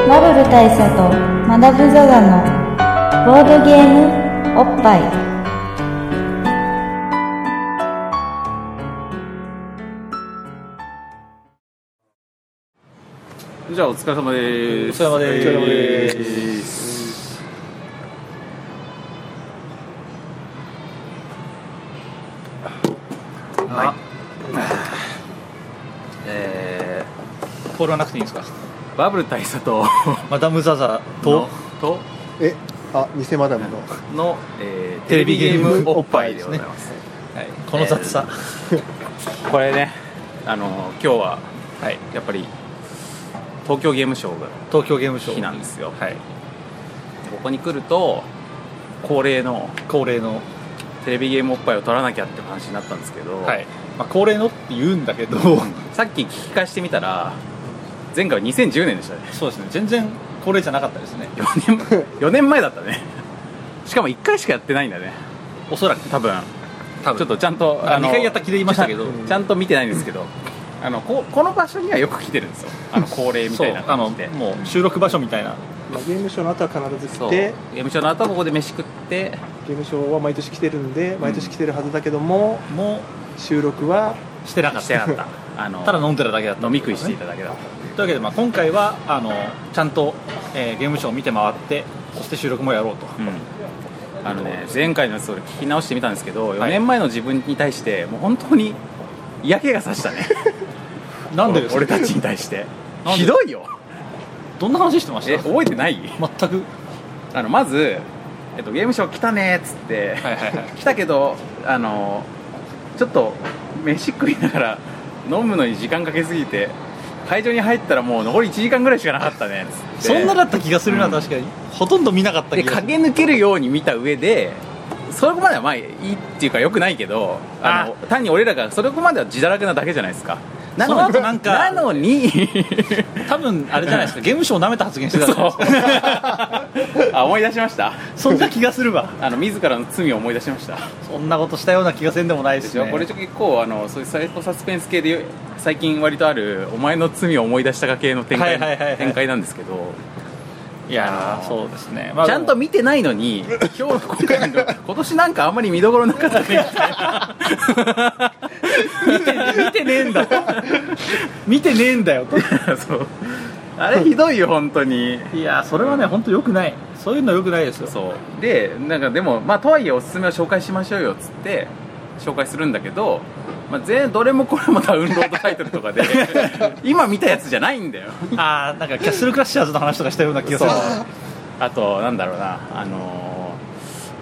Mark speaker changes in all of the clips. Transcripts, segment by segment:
Speaker 1: 大佐とマダブザザのボードゲームおっぱい
Speaker 2: じゃあお疲れ様です。
Speaker 3: お疲れ様です
Speaker 2: お疲れ様です。
Speaker 3: あ
Speaker 2: え
Speaker 3: ポールはなくていいんですか
Speaker 2: ー、バブル大佐と
Speaker 3: マダム・ザ・ザと
Speaker 2: のと
Speaker 4: えあ偽マダムの
Speaker 2: の、えー、テ
Speaker 3: テ
Speaker 2: レ
Speaker 3: レ
Speaker 2: ビ
Speaker 3: ビ
Speaker 2: ゲ
Speaker 3: ゲ
Speaker 2: ー
Speaker 3: ー
Speaker 2: ム
Speaker 3: ム
Speaker 2: お
Speaker 3: お
Speaker 2: っ
Speaker 3: っ
Speaker 2: ぱ
Speaker 3: ぱ
Speaker 2: い
Speaker 3: い
Speaker 2: で
Speaker 3: で
Speaker 2: ご
Speaker 3: ご
Speaker 2: ざ
Speaker 3: ざ
Speaker 2: い
Speaker 3: い
Speaker 2: ま。
Speaker 3: ますはいこの雑さ、
Speaker 2: これね、あの今日ははいやっぱり東京ゲームショウが
Speaker 3: 東京ゲームショ
Speaker 2: 日なん
Speaker 3: ウ
Speaker 2: ですよ。はい。ここに来ると恒例の
Speaker 3: 恒例の、
Speaker 2: テレビゲームおっぱいを取らなきゃって話になったんですけど、
Speaker 3: はいまあ、恒例のって言うんだけど
Speaker 2: さっき聞き返してみたら前回は2010年でしたね。
Speaker 3: そうですね全然恒例じゃなかったですね
Speaker 2: 4年4年前だったねしかも1回しかやってないんだね
Speaker 3: おそらく
Speaker 2: 多分
Speaker 3: 多
Speaker 2: ちょっとちゃんと
Speaker 3: あ2回やった気で言いましたけど
Speaker 2: ちゃんちゃんと見てないんですけどあのここの場所にはよく来てるんですよあの恒例み
Speaker 3: そ
Speaker 2: た
Speaker 3: う
Speaker 2: いな
Speaker 3: あの
Speaker 2: 感じで
Speaker 3: もう収録場所みたいな
Speaker 4: まあゲームショーの後は必ず
Speaker 2: そ
Speaker 4: 来
Speaker 2: う
Speaker 4: て
Speaker 2: ゲームショーの後はここで飯食って
Speaker 4: ゲームショーは毎年来てるんで毎年来てるはずだけども、
Speaker 3: も
Speaker 4: 収録は
Speaker 3: うしてなかっ
Speaker 2: してな
Speaker 3: た
Speaker 2: かったあの
Speaker 3: ただ飲んでるだけだった
Speaker 2: 飲み食いしてい
Speaker 3: とい
Speaker 2: ただけだった
Speaker 3: うわけで、まあ、今回はあのちゃんと、えーゲームショーを見て回ってそして収録もやろうと
Speaker 2: うんあのね前回のやつを聞き直してみたんですけど4
Speaker 3: い
Speaker 2: 年前の自分に対してもう本当に嫌気がさしたね
Speaker 3: なんでです
Speaker 2: 俺
Speaker 3: か
Speaker 2: たちに対して
Speaker 3: なんで
Speaker 2: ひどいよ
Speaker 3: どんな話してま
Speaker 2: え
Speaker 3: した
Speaker 2: 覚えてない
Speaker 3: 全く
Speaker 2: あのまず、えっと、ゲームショー来たねっつって、
Speaker 3: はいはいはい
Speaker 2: 来たけどあのちょっと飯食いながら飲むのに時間かけすぎて会場に入ったらもう残り1時間ぐらいしかなかったねっつって
Speaker 3: そんなだった気がするな、
Speaker 2: うん
Speaker 3: 確かにほとんど見なかった
Speaker 2: で
Speaker 3: 気がす
Speaker 2: 駆
Speaker 3: る
Speaker 2: け抜けるように見た上でそこまではまあいいっていうかよくないけどあの単に俺らがそこまでは自堕落なだけじゃないですかな
Speaker 3: その後なんか
Speaker 2: なの に
Speaker 3: 多分あれじゃない ですかゲームショーを舐めた発言してたじゃない ですか
Speaker 2: あ思い出しました
Speaker 3: そんな気がするわ
Speaker 2: あの自らの罪を思い出しました
Speaker 3: そんなことしたような気がせんでもないで
Speaker 2: ですしょ
Speaker 3: ね
Speaker 2: これちょっと結構あのそういうサイコサスペンス系で最近割とあるお前の罪を思い出したか系の展開,、
Speaker 3: はいはいはいはい
Speaker 2: 展開なんですけど、
Speaker 3: いや
Speaker 2: あ
Speaker 3: ー
Speaker 2: の
Speaker 3: そうですね、まあ
Speaker 2: ちゃんと見てないのに今日今回 の今年なんかあんまり見どころなかったねみたいな
Speaker 3: 見てねえんだと見てねえんだよと
Speaker 2: そうあれひどいよ本当に
Speaker 3: いやーそれはね本当良くないそういうの良くないですよ
Speaker 2: そうでなんかでもまあとはいえおすすめを紹介しましょうよっつって紹介するんだけど、まあ、全どれもこれもダウンロードタイトルと かで今見たやつじゃないんだよ
Speaker 3: ああなんかキャッスルクラッシャーズの話とかしたような気がす
Speaker 2: そう
Speaker 3: る
Speaker 2: あとなんだろうなあの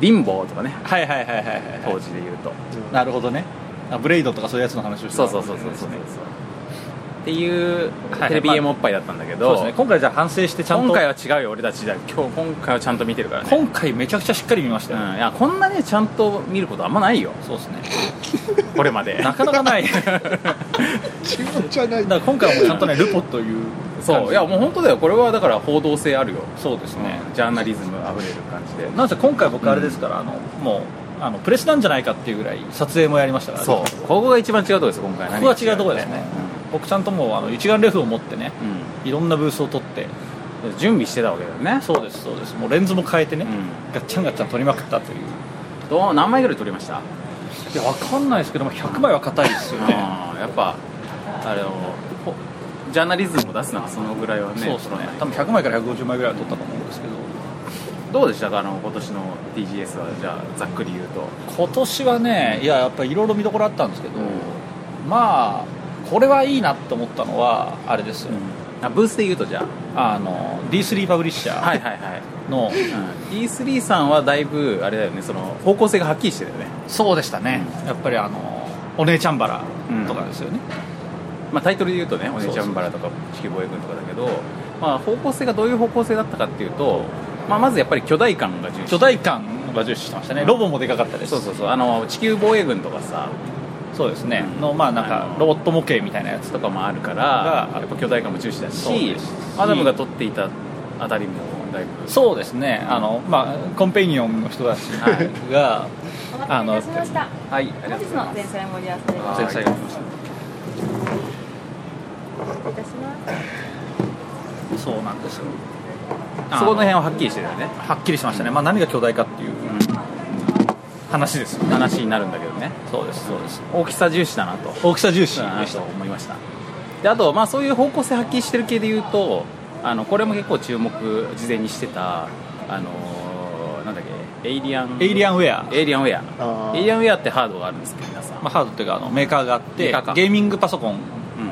Speaker 2: ー、リンボーとかね
Speaker 3: はいはいはいはいはい
Speaker 2: 当時で言うと
Speaker 3: なるほどねあブレイドとかそういうやつの話をして
Speaker 2: そう
Speaker 3: た
Speaker 2: そうそうそうそうそうっていう
Speaker 3: はい
Speaker 2: テレビゲームおっぱいだったんだけ
Speaker 3: そう
Speaker 2: ど、
Speaker 3: ですね今回じゃあ反省してちゃんと
Speaker 2: 今回は違うよ俺たちだ今日今回はちゃんと見てるからね、
Speaker 3: 今回めちゃくちゃしっかり見まし
Speaker 2: う
Speaker 3: た
Speaker 2: ん、
Speaker 3: よ、
Speaker 2: いやこんなねちゃんと見ることあんまない よ
Speaker 3: そうですね
Speaker 2: これまで
Speaker 3: なかなか ない
Speaker 4: 気持ちはない
Speaker 3: だから今回はもうちゃんとねルポという感
Speaker 2: そ
Speaker 3: じ
Speaker 2: ういやもう本当だよこれはだから報道性あるよ、
Speaker 3: そうですね、
Speaker 2: ジャーナリズムあふれる感じで
Speaker 3: なんせ今回僕あれですから、あのもうあのプレスなんじゃないかっていうぐらい撮影もやりましたからね、
Speaker 2: そうここが一番違うとこです今回
Speaker 3: ここが違うところですね、
Speaker 2: う
Speaker 3: 僕ちゃんともうあの一眼レフを持ってね
Speaker 2: ん
Speaker 3: いろんなブースを撮って
Speaker 2: うん準備してたわけだよね
Speaker 3: そうですそうですもうレンズも変えてね、
Speaker 2: うん
Speaker 3: ガッチャンガッチャン撮りまくったという
Speaker 2: どう何枚ぐらい撮りました
Speaker 3: いやわかんないですけども100枚は硬いですよね
Speaker 2: あーやっぱあれをほジャーナリズムを出すのはそのぐらいはね
Speaker 3: そうですね多分100枚から150枚ぐらいは撮ったと思うんですけど
Speaker 2: どうでしたかあの今年の TGS はじゃあざっくり言うと、
Speaker 3: 今年はねいややっぱりいろいろ見どころあったんですけど、まあこれはいいなって思ったのはあれですよ、
Speaker 2: あブースで言うとじゃ
Speaker 3: あの D3 パブリッシャ
Speaker 2: あはい
Speaker 3: ー
Speaker 2: はいはい、
Speaker 3: の、
Speaker 2: うん、E3 さんはだいぶあれだよねその方向性がはっきりしてたよね、
Speaker 3: そうでしたね、やっぱりあのお姉ちゃんバラとかですよね、
Speaker 2: まあ、タイトルで言うとね「お
Speaker 3: うそう
Speaker 2: 姉ちゃんバラ」とか「地球防衛軍」とかだけど、まあ、方向性がどういう方向性だったかっていうと、まあ、まずやっぱり巨大感が重視
Speaker 3: 巨大感が重視してましたねロボもでかかったです
Speaker 2: そうそうそうあの地球防衛軍とかさ
Speaker 3: そうですねのまあなん
Speaker 2: あ
Speaker 3: か
Speaker 2: の
Speaker 3: ロボット模型みたいなやつ
Speaker 2: とかもあるか
Speaker 3: が
Speaker 2: らやっぱ巨大感も重視だ
Speaker 3: そう
Speaker 2: し
Speaker 3: ですし
Speaker 2: アダムが撮っていたあたりもだいぶ
Speaker 3: そうですねあの、まあ、コンペニオンの人たちが、
Speaker 1: お 待たせいたしました
Speaker 2: はいありが
Speaker 1: 本
Speaker 2: と
Speaker 1: 日
Speaker 2: うござい
Speaker 1: の
Speaker 2: ま
Speaker 1: 前菜盛り
Speaker 2: す
Speaker 1: 合わせ
Speaker 2: は
Speaker 1: で
Speaker 2: い
Speaker 3: 前菜が来ました
Speaker 1: いたします
Speaker 3: そうなんですよ
Speaker 2: そこの辺ははっきりしてるよね
Speaker 3: はっきりしましたね、まあ、何が巨大かっていう話ですよね
Speaker 2: 話になるんだけどね
Speaker 3: そうですそうです
Speaker 2: 大きさ重視だなと
Speaker 3: 大きさ重視
Speaker 2: そうだな
Speaker 3: でし
Speaker 2: と
Speaker 3: た
Speaker 2: 思いましたであと、まあ、そういう方向性発揮してる系で言うとあのこれも結構注目事前にしてたあのーなんだっけエイリアン
Speaker 3: エイリアンウェア、
Speaker 2: エイリアンウェア
Speaker 4: あー
Speaker 2: エイリアンウェアってハードがあるんですけど皆さん、
Speaker 3: まあ、ハードっていうかあのメーカーがあって
Speaker 2: メーカーか
Speaker 3: ゲーミングパソコン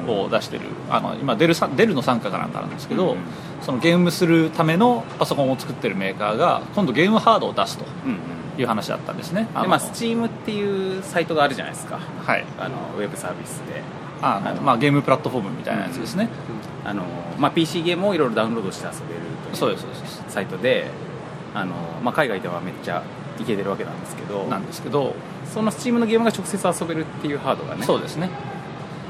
Speaker 3: を出してる、あの今デルさデルの傘下かなんかなんですけど、
Speaker 2: うん
Speaker 3: そのゲームするためのパソコンを作ってるメーカーが今度ゲームハードを出すと
Speaker 2: うんうん、で
Speaker 3: いう話だったんですねあの
Speaker 2: まあスチームっていうサイトがあるじゃないですか
Speaker 3: はい
Speaker 2: あのウェブサービスで
Speaker 3: あのまあ、ゲームプラットフォームみたいなやつですね、
Speaker 2: あの、まあ、PC ゲームをいろいろダウンロードして遊べるという
Speaker 3: そうですそうです
Speaker 2: サイトであの、まあ、海外ではめっちゃいけてるわけなんですけど
Speaker 3: なんですけど、
Speaker 2: その Steam のゲームが直接遊べるっていうハードがね
Speaker 3: そうですね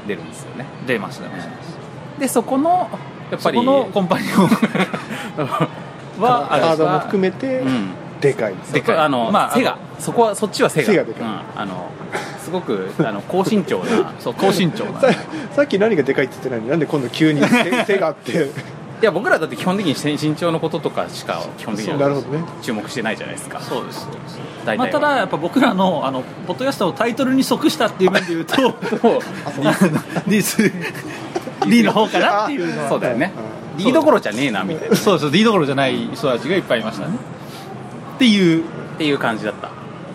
Speaker 2: 出るんですよね
Speaker 3: 出ます出ます出ます
Speaker 2: でそこのやっぱ
Speaker 3: そ
Speaker 2: り
Speaker 3: このコンパ ニオンはあれ
Speaker 4: ハ
Speaker 3: で
Speaker 4: ー
Speaker 3: す
Speaker 4: ドも
Speaker 3: か
Speaker 4: 含めて、
Speaker 2: うん
Speaker 4: でかいです
Speaker 3: でかい
Speaker 2: あの、
Speaker 3: まあ
Speaker 2: セガそこはそっちはセガ
Speaker 4: セガでかい
Speaker 2: うん、あのすごくあの高身長な
Speaker 3: そう高身長な ん
Speaker 4: さ
Speaker 3: で
Speaker 4: さっき何がでかいって言ってないのになんで今度急 に手手があって
Speaker 2: いや僕らだって基本的に身長のこととかしか基本的に
Speaker 4: なるほどね
Speaker 2: 注目してないじゃないですか
Speaker 3: そうですそうです
Speaker 2: 大体は
Speaker 3: まあ、ただやっぱ僕らのあのポッドキャストのタイトルに即したっていう面で 言うと
Speaker 2: そう
Speaker 3: リース D の方かなっていうのは
Speaker 2: そうだよね
Speaker 4: う
Speaker 2: D どころじゃねえなみたいな
Speaker 3: そうです D どころじゃない人たちがいっぱいいましたねっていう
Speaker 2: っていう感じだった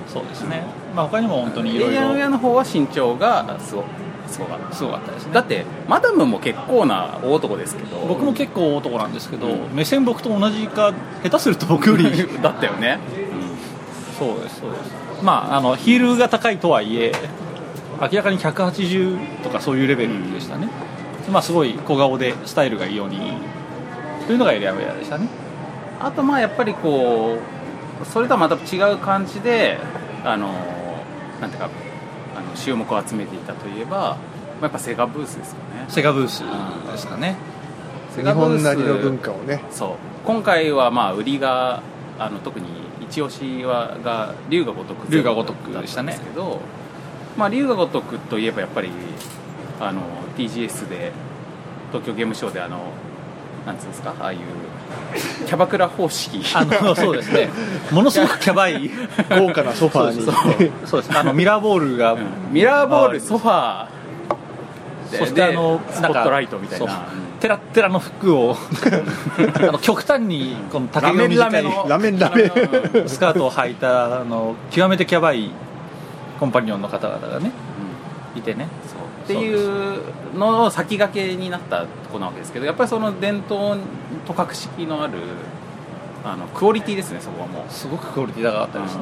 Speaker 3: そうですね、まあ、他にも本当にいろ
Speaker 2: エ
Speaker 3: い
Speaker 2: イアンウェア
Speaker 3: ろ
Speaker 2: の方は身長がすごすごかった
Speaker 3: すごかったですね
Speaker 2: だってマダムも結構な大男ですけど
Speaker 3: 僕も結構男なんですけど、
Speaker 2: うん
Speaker 3: 目線僕と同じか下手すると僕より
Speaker 2: だったよね、
Speaker 3: そうですそうですまああのヒールが高いとはいえ明らかに180とかそういうレベルでしたね、まあすごい小顔でスタイルがいいようにいいというのがエリアウェアでしたね
Speaker 2: あとまあやっぱりこうそれとはまた違う感じであのなんていうかあの注目を集めていたといえば、まあ、やっぱセガブースですよね
Speaker 3: セガブースですかね
Speaker 2: セ
Speaker 4: 日
Speaker 2: ガブース
Speaker 4: 本なりの文化をね
Speaker 2: そう今回はまあ売りがあの特に一押しはが龍が如く
Speaker 3: 龍が如くでしたね
Speaker 2: だったんですけど、まあ、龍が如くといえばやっぱりあの TGS で東京ゲームショウであのなんつうんですかああいうキャバクラ方式
Speaker 3: あのそうですねものすごくキャバい
Speaker 4: 豪華なソファーに
Speaker 3: そうですあのミラーボールが、
Speaker 2: うんミラーボールソファーで
Speaker 3: そしてあの
Speaker 2: でスポットライトみたい
Speaker 3: ん
Speaker 2: な
Speaker 3: かそうテラッテラの服をあの極端にこの竹が短い
Speaker 4: ラメンラメン
Speaker 2: うん
Speaker 3: スカートを履いたあの極めてキャバいコンパニオンの方々がねいてね
Speaker 2: っていうのを先駆けになったとこなわけですけどやっぱりその伝統と格式のあるあのクオリティですねそこはもう
Speaker 3: すごくクオリティ高かったですね、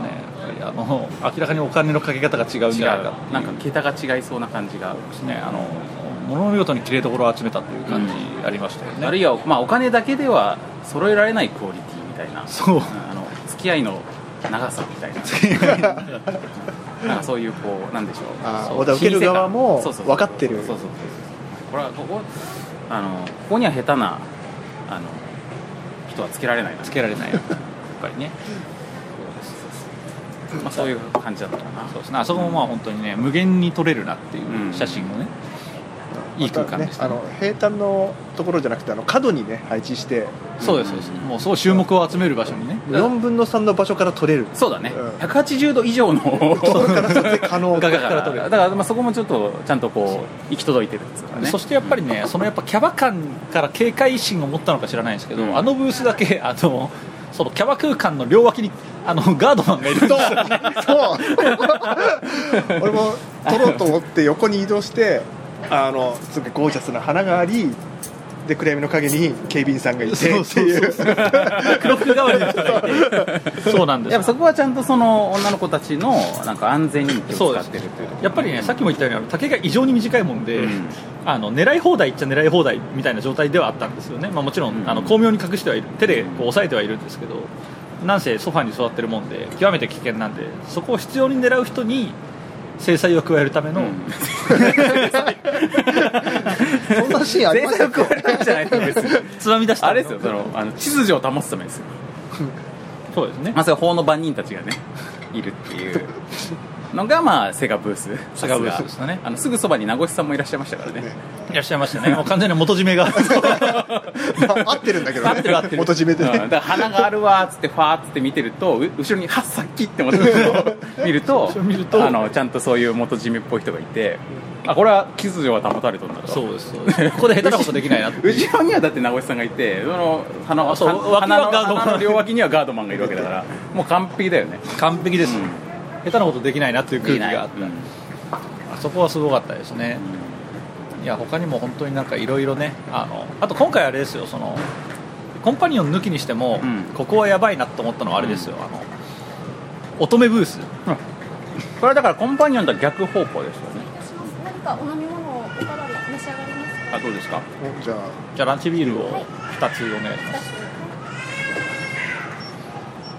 Speaker 3: やっぱりあの明らかにお金のかけ方が違うん
Speaker 2: 違
Speaker 3: じ
Speaker 2: う
Speaker 3: ゃないかっていう
Speaker 2: なんか桁が違いそうな感じが、
Speaker 3: ねあの物の見事に綺麗どころを集めたという感じありましたよね、
Speaker 2: あるいは、まあ、お金だけでは揃えられないクオリティみたいな
Speaker 3: そう
Speaker 2: うんあの付き合いの長さみたいななんかそういうこうなんでしょう
Speaker 4: あー
Speaker 2: そう
Speaker 4: また受ける側も
Speaker 2: そうそうそう
Speaker 4: 分かってる
Speaker 2: そうそうそうこれはここあのここには下手なあの人はつけられないな
Speaker 3: つけられないやっぱりね
Speaker 2: まあ、そういう感じだったかな
Speaker 3: そうですねあそこもまあ本当にね無限に撮れるなってい
Speaker 2: ん
Speaker 3: う写真をね、いい
Speaker 4: ま
Speaker 3: 空
Speaker 4: た
Speaker 3: 間
Speaker 4: ね
Speaker 3: でした
Speaker 4: あ
Speaker 3: ね
Speaker 4: の平坦のところじゃなくてあの角にね配置して
Speaker 3: そうですそうですもうそう注目を集める場所にね
Speaker 4: 4分の3の場所から取 れる
Speaker 2: そうだね、
Speaker 4: うん
Speaker 2: 180度以上の
Speaker 4: と ころから撮影可能
Speaker 2: だ
Speaker 3: 画
Speaker 2: か
Speaker 3: 角から
Speaker 2: ら
Speaker 3: 撮れる
Speaker 2: だからまあそこもちょっとちゃんとこう行き届いてるんですからね
Speaker 3: そしてやっぱりね、そのやっぱキャバ感から警戒心を持ったのか知らないんですけど、
Speaker 2: うん
Speaker 3: あのブースだけ、あのそのキャバ空間の両脇にあのガードマンがいるん です
Speaker 4: そう
Speaker 3: よ
Speaker 4: そう俺も撮ろうと思って横に移動してあのすごいゴージャスな花がありで暗闇の影に警備員さんがいてっていう
Speaker 3: クロック代わりの人がいて、そうなんです
Speaker 2: やっ
Speaker 3: よ
Speaker 2: ぱそこはちゃんとその女の子たちのなんか安全に気を使ってるっていうところ
Speaker 3: やっぱりね、さっきも言ったように、竹が異常に短いもんで、
Speaker 2: うん
Speaker 3: あの狙い放題っちゃ狙い放題みたいな状態ではあったんですよね、まあ、もちろん、
Speaker 2: うん
Speaker 3: あの巧妙に隠してはいる、手でこう抑えてはいるんですけど、なんせソファに座ってるもんで、極めて危険なんで、そこを必要に狙う人に制裁を加えるため
Speaker 2: う
Speaker 3: の、
Speaker 2: ん
Speaker 4: そんなシーンあり
Speaker 2: 全
Speaker 4: ます
Speaker 2: 然加えるわけじゃないと別に
Speaker 3: つまみ出した
Speaker 2: あれですよそのあの秩序を保つためですよ
Speaker 3: そうですね
Speaker 2: まさに法の番人たちがねいるっていうのが、まあ、セガブース
Speaker 3: セガブース
Speaker 2: さ
Speaker 3: ですし
Speaker 2: が
Speaker 3: たね
Speaker 2: あのすぐそばに名越さんもいらっしゃいましたからね
Speaker 3: いらっしゃいましたねもう完全に元締 めが
Speaker 4: 合ってるんだけどね
Speaker 3: 合ってる合ってる
Speaker 4: 元締めて
Speaker 2: うんだ
Speaker 4: ね
Speaker 2: から花があるわーっつってファーっつって見てるとう後ろに「はっさっき」って思ってるのを見ると
Speaker 3: 後ろ見ると
Speaker 2: あのちゃんとそういう元締めっぽい人がいてあこれは秩序は保たれとんだと
Speaker 3: そうですそうですここで下手なことできないなって
Speaker 2: 後ろにはだって名越さんがいてその花は
Speaker 3: あそう
Speaker 2: は
Speaker 3: 脇は
Speaker 2: 花の
Speaker 3: ガードマン
Speaker 2: 花の両脇にはガードマンがいるわけだ からもう完璧だよね
Speaker 3: 完璧です、
Speaker 2: うん
Speaker 3: 下手なことできないなっていう空気があって
Speaker 2: うん
Speaker 3: あそこはすごかったですね、いや他にも本当になんかいろいろねあのあと今回あれですよそのコンパニオン抜きにしても、
Speaker 2: うん
Speaker 3: ここはやばいなと思ったのはあれですよ、あの乙女ブース
Speaker 2: これはだからコンパニオンとは逆方向ですよね
Speaker 5: 何かお飲み物をおかわり召し上がりますか
Speaker 2: あどうですか
Speaker 4: じゃあ
Speaker 3: じゃあランチビールを2つお願いします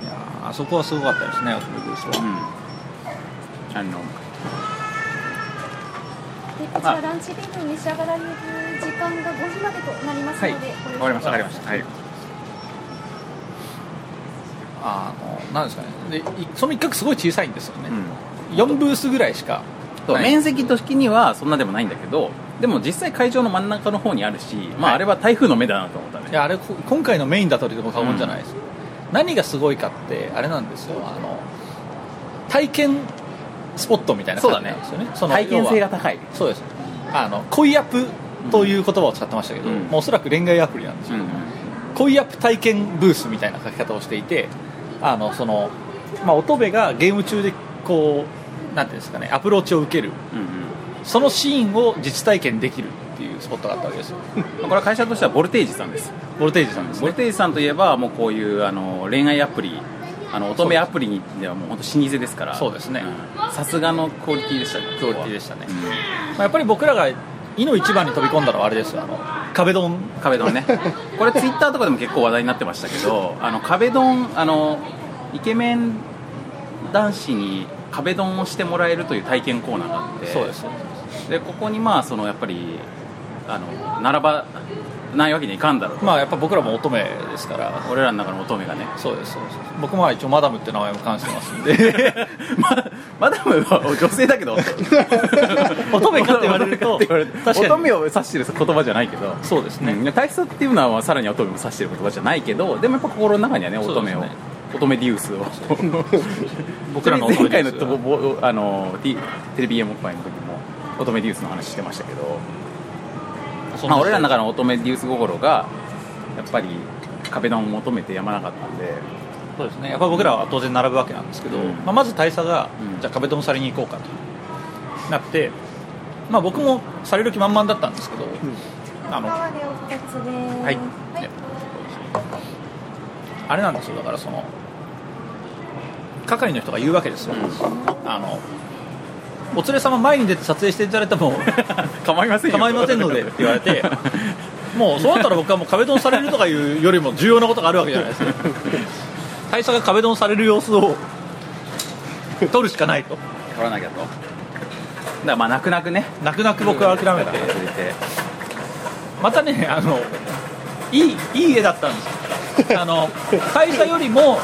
Speaker 3: いやーあそこはすごかったですね乙女ブース
Speaker 2: う
Speaker 3: は、
Speaker 2: んあの
Speaker 5: でこちらランチビールに召し上がられる時間が5時までとなります
Speaker 2: はい
Speaker 5: ので、
Speaker 2: わかりましたわかりましたはい
Speaker 3: あのなんですかねでいその一角すごい小さいんですよね、
Speaker 2: うん
Speaker 3: 4ブースぐらいしか
Speaker 2: そう
Speaker 3: ない
Speaker 2: 面積的にはそんなでもないんだけどでも実際会場の真ん中の方にあるし、まあ、
Speaker 3: はい
Speaker 2: あれは台風の目だなと思った
Speaker 3: い
Speaker 2: ね
Speaker 3: やあれこ今回のメインだとでも過言じゃないです、何がすごいかってあれなんですよあの体験スポットみたいな感じなんですよねその
Speaker 2: 体験性
Speaker 3: 要
Speaker 2: が
Speaker 3: は
Speaker 2: 高い
Speaker 3: そうですあの恋アプという言葉を使ってましたけど、
Speaker 2: うん
Speaker 3: もうおそらく恋愛アプリなんですよ、恋アプ体験ブースみたいな書き方をしていてあのその、まあ、乙部がゲーム中でこうなんていうんですかねアプローチを受けるそのシーンを実体験できるっていうスポットがあったわけで すよ
Speaker 2: これは会社としてはボルテージさんです
Speaker 3: ボルテージさんです
Speaker 2: ボ
Speaker 3: ね
Speaker 2: ルテージさんといえばもうこういうあの恋愛アプリあの乙女アプリにではもう本当老舗ですから
Speaker 3: そうですね
Speaker 2: うんさすがのクオリティでしたね
Speaker 3: クオリティでしたね
Speaker 2: うん
Speaker 3: まあ、やっぱり僕らが井の一番に飛び込んだのはあれですよあの壁ドン
Speaker 2: 壁ドン ねこれツイッターとかでも結構話題になってましたけどあの壁ドンあのイケメン男子に壁ドンをしてもらえるという体験コーナーがあって
Speaker 3: そうです
Speaker 2: でここにまあそのやっぱりあの並ばないわけにいかんだろうと、
Speaker 3: まあやっぱ僕らも乙女ですから
Speaker 2: 俺らの中の乙女がね
Speaker 3: そうですそうです僕も一応マダムって名前も冠してますんで
Speaker 2: まマダムは女性だけど
Speaker 3: 乙女かって言われる
Speaker 2: 乙女か
Speaker 3: と
Speaker 2: って言われ
Speaker 3: 確
Speaker 2: る
Speaker 3: か
Speaker 2: 乙
Speaker 3: に
Speaker 2: 女を指してる言葉じゃないけど
Speaker 3: そうですね、
Speaker 2: ね、体質っていうのはさらに乙女も指してる言葉じゃないけどでもやっぱ心の中にはね乙
Speaker 3: そうで
Speaker 2: 女
Speaker 3: す
Speaker 2: を、
Speaker 3: ね
Speaker 2: 乙女ディウスを
Speaker 3: 僕らの乙
Speaker 2: 前回
Speaker 3: 女で
Speaker 2: のと
Speaker 3: す
Speaker 2: こぼあのティテレビ M 会の時も乙女デュースの話してましたけど、
Speaker 3: そんな
Speaker 2: まあ、俺らの中の乙女デュース心がやっぱり壁ドンを求めてやまなかったんで
Speaker 3: そうですねやっぱり僕らは当然並ぶわけなんですけど、
Speaker 2: うん
Speaker 3: まあ、まず大佐が、
Speaker 2: うん
Speaker 3: じゃあ壁ドンされに行こうかとなって、まあ、僕もされる気満々だったんですけど、あの
Speaker 5: お代わりを2つでーす
Speaker 3: はいあれなんですよだからその係の人が言うわけですよ、あのお連れ様前に出て撮影していただいても
Speaker 2: 構いませんよ
Speaker 3: 構いませんのでって言われて もうそうなったら僕はもう壁ドンされるとかいうよりも重要なことがあるわけじゃないですか大佐が壁ドンされる様子を撮るしかないと
Speaker 2: 取らなきゃとだからまあ泣く泣くね
Speaker 3: 泣く泣く僕は諦めて
Speaker 2: 忘れて
Speaker 3: またねあのいいいい絵だったんですよあの大佐よりも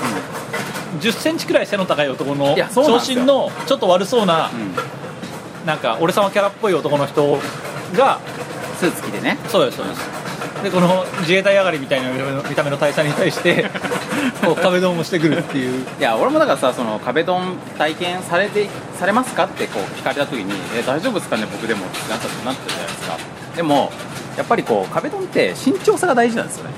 Speaker 3: 1 0ンチくらい背の高い男の
Speaker 2: いやそうなん
Speaker 3: 長
Speaker 2: ですよ
Speaker 3: 身のちょっと悪そう
Speaker 2: う
Speaker 3: な
Speaker 2: ん
Speaker 3: なんか俺様キャラっぽい男の人が
Speaker 2: スーツ着てね
Speaker 3: そうですそうですでこの自衛隊上がりみたいな見た目の見た目の大佐に 対してこう壁ドンをしてくるっていう
Speaker 2: いや俺もだからさその壁ドン体験されてされますかってこう聞かれた時に「え大丈夫ですかね僕でも」ってなったなったじゃないですかでもやっぱりこう壁ドンって身長差が大事なんですよね、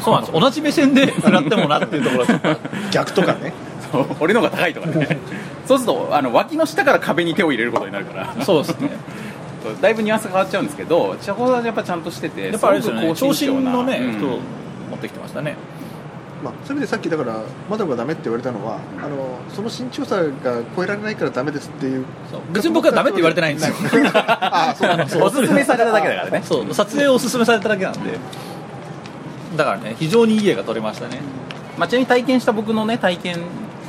Speaker 3: そうなんです同じ目線で食らってもなっていうところがちょっと
Speaker 4: 逆とかね
Speaker 2: そう俺の方が高いとかねそうするとあの脇の下から壁に手を入れることになるから
Speaker 3: そうですね
Speaker 2: そうだいぶニュアンスが変わっちゃうんですけどチャコはやっぱちゃんとしてて
Speaker 3: やっぱあれですよね
Speaker 2: す
Speaker 3: 長
Speaker 2: ごく高
Speaker 3: 身のね
Speaker 2: うん
Speaker 3: 人を持ってきてましたね
Speaker 4: まあ、そういう意味でさっきだからマダムがダメって言われたのはあのその身長差が超えられないからダメですっていう
Speaker 3: そう別に僕はダメって言われてないんです よ
Speaker 4: ああそうなの
Speaker 2: おすすめされただけだからね
Speaker 3: そう撮影をおすすめされただけなんでだからね非常にいい絵が撮れましたね
Speaker 2: まあ、ちなみに体験した僕のね体験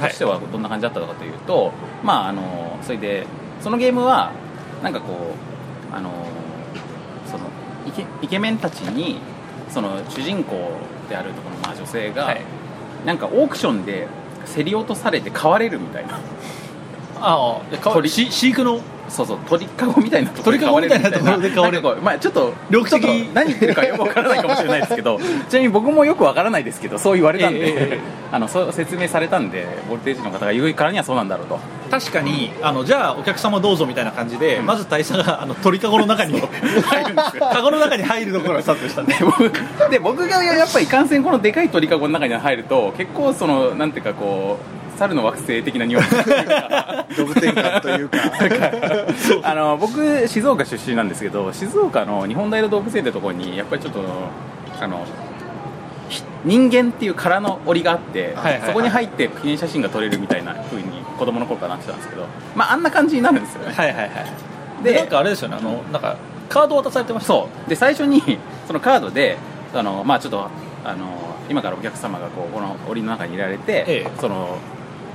Speaker 2: としてはどんな感じだったのかというと、まああのそれでそのゲームはなんかこうあのそのイケイケメンたちにその主人公であるところのまあ女性が、
Speaker 3: はい
Speaker 2: なんかオークションで競り落とされて買われるみたいな
Speaker 3: ああいやかわ
Speaker 2: 鳥
Speaker 3: し飼育の
Speaker 2: そうそう鳥かごみたいなところで
Speaker 3: 鳥籠みたいなところで飼われる
Speaker 2: なんかこうまあちょっと
Speaker 3: 猟奇的
Speaker 2: ちょっと何言ってるかよくわからないかもしれないですけどちなみに僕もよくわからないですけどそう言われたんで、
Speaker 3: ええええ
Speaker 2: あのそう説明されたんでボルテージの方が言うからにはそうなんだろ うと
Speaker 3: 確かにあのじゃあお客様どうぞみたいな感じで、まず大佐があの鳥かごの 中に入るんですよカゴの中に入るところからスタートしたんで
Speaker 2: で僕で僕がやっぱりいかんせんこのでかい鳥かごの中に入ると結構そのなんていうかこう猿の惑星的な匂いがするっていうか
Speaker 4: 動物園館というか
Speaker 2: あの僕静岡出身なんですけど静岡の日本平動物園ってところにやっぱりちょっとあのひ人間っていう殻の檻があって、
Speaker 3: はいはいはい
Speaker 2: そこに入って記念写真が撮れるみたいな風に子供の頃からなってたんですけどまああんな感じになるんですよね
Speaker 3: はいはいはいで
Speaker 2: で
Speaker 3: なんかあれですよねあのなんかカード渡されてました
Speaker 2: そうで最初に そのカードであの、まあ、ちょっとあの今からお客様がこうこの檻の中にいられて、
Speaker 3: ええ
Speaker 2: その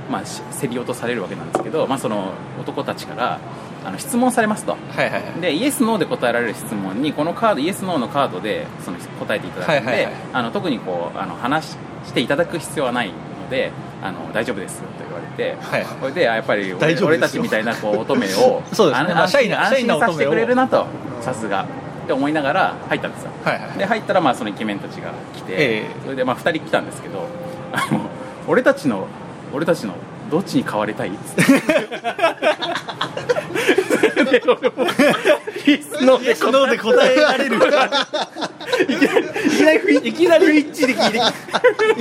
Speaker 2: まあ、し競り落とされるわけなんですけど、まあ、その男たちからあの質問されますと
Speaker 3: はいはいはい
Speaker 2: でイエス・ノーで答えられる質問にこのカードイエス・ノーのカードでその答えていただくので、
Speaker 3: はいはいはい
Speaker 2: あの特にこうあの話ししていただく必要はないのであの大丈夫ですと言われて、
Speaker 3: はい
Speaker 2: これであやっぱり
Speaker 3: 大
Speaker 2: 俺
Speaker 3: 丈夫
Speaker 2: 俺
Speaker 3: で
Speaker 2: た
Speaker 3: す
Speaker 2: ち
Speaker 3: よ
Speaker 2: みたいなこ う乙女を
Speaker 3: そうですね
Speaker 2: あ
Speaker 3: まあシャイな
Speaker 2: 安
Speaker 3: シャイ
Speaker 2: 心
Speaker 3: な
Speaker 2: 安心さ
Speaker 3: 乙女を
Speaker 2: せてくれるなとさすがって思いながら入ったんですよ
Speaker 3: はいはい
Speaker 2: で入ったらまあそのイケメンたちが来て、
Speaker 3: ええ
Speaker 2: それでまあ2人来たんですけどあの俺たちの俺たちのどっちに買われたいっつってで俺もイエスノーで
Speaker 3: ノーで答えられる
Speaker 2: いきなり不一いきなり不一致で聞い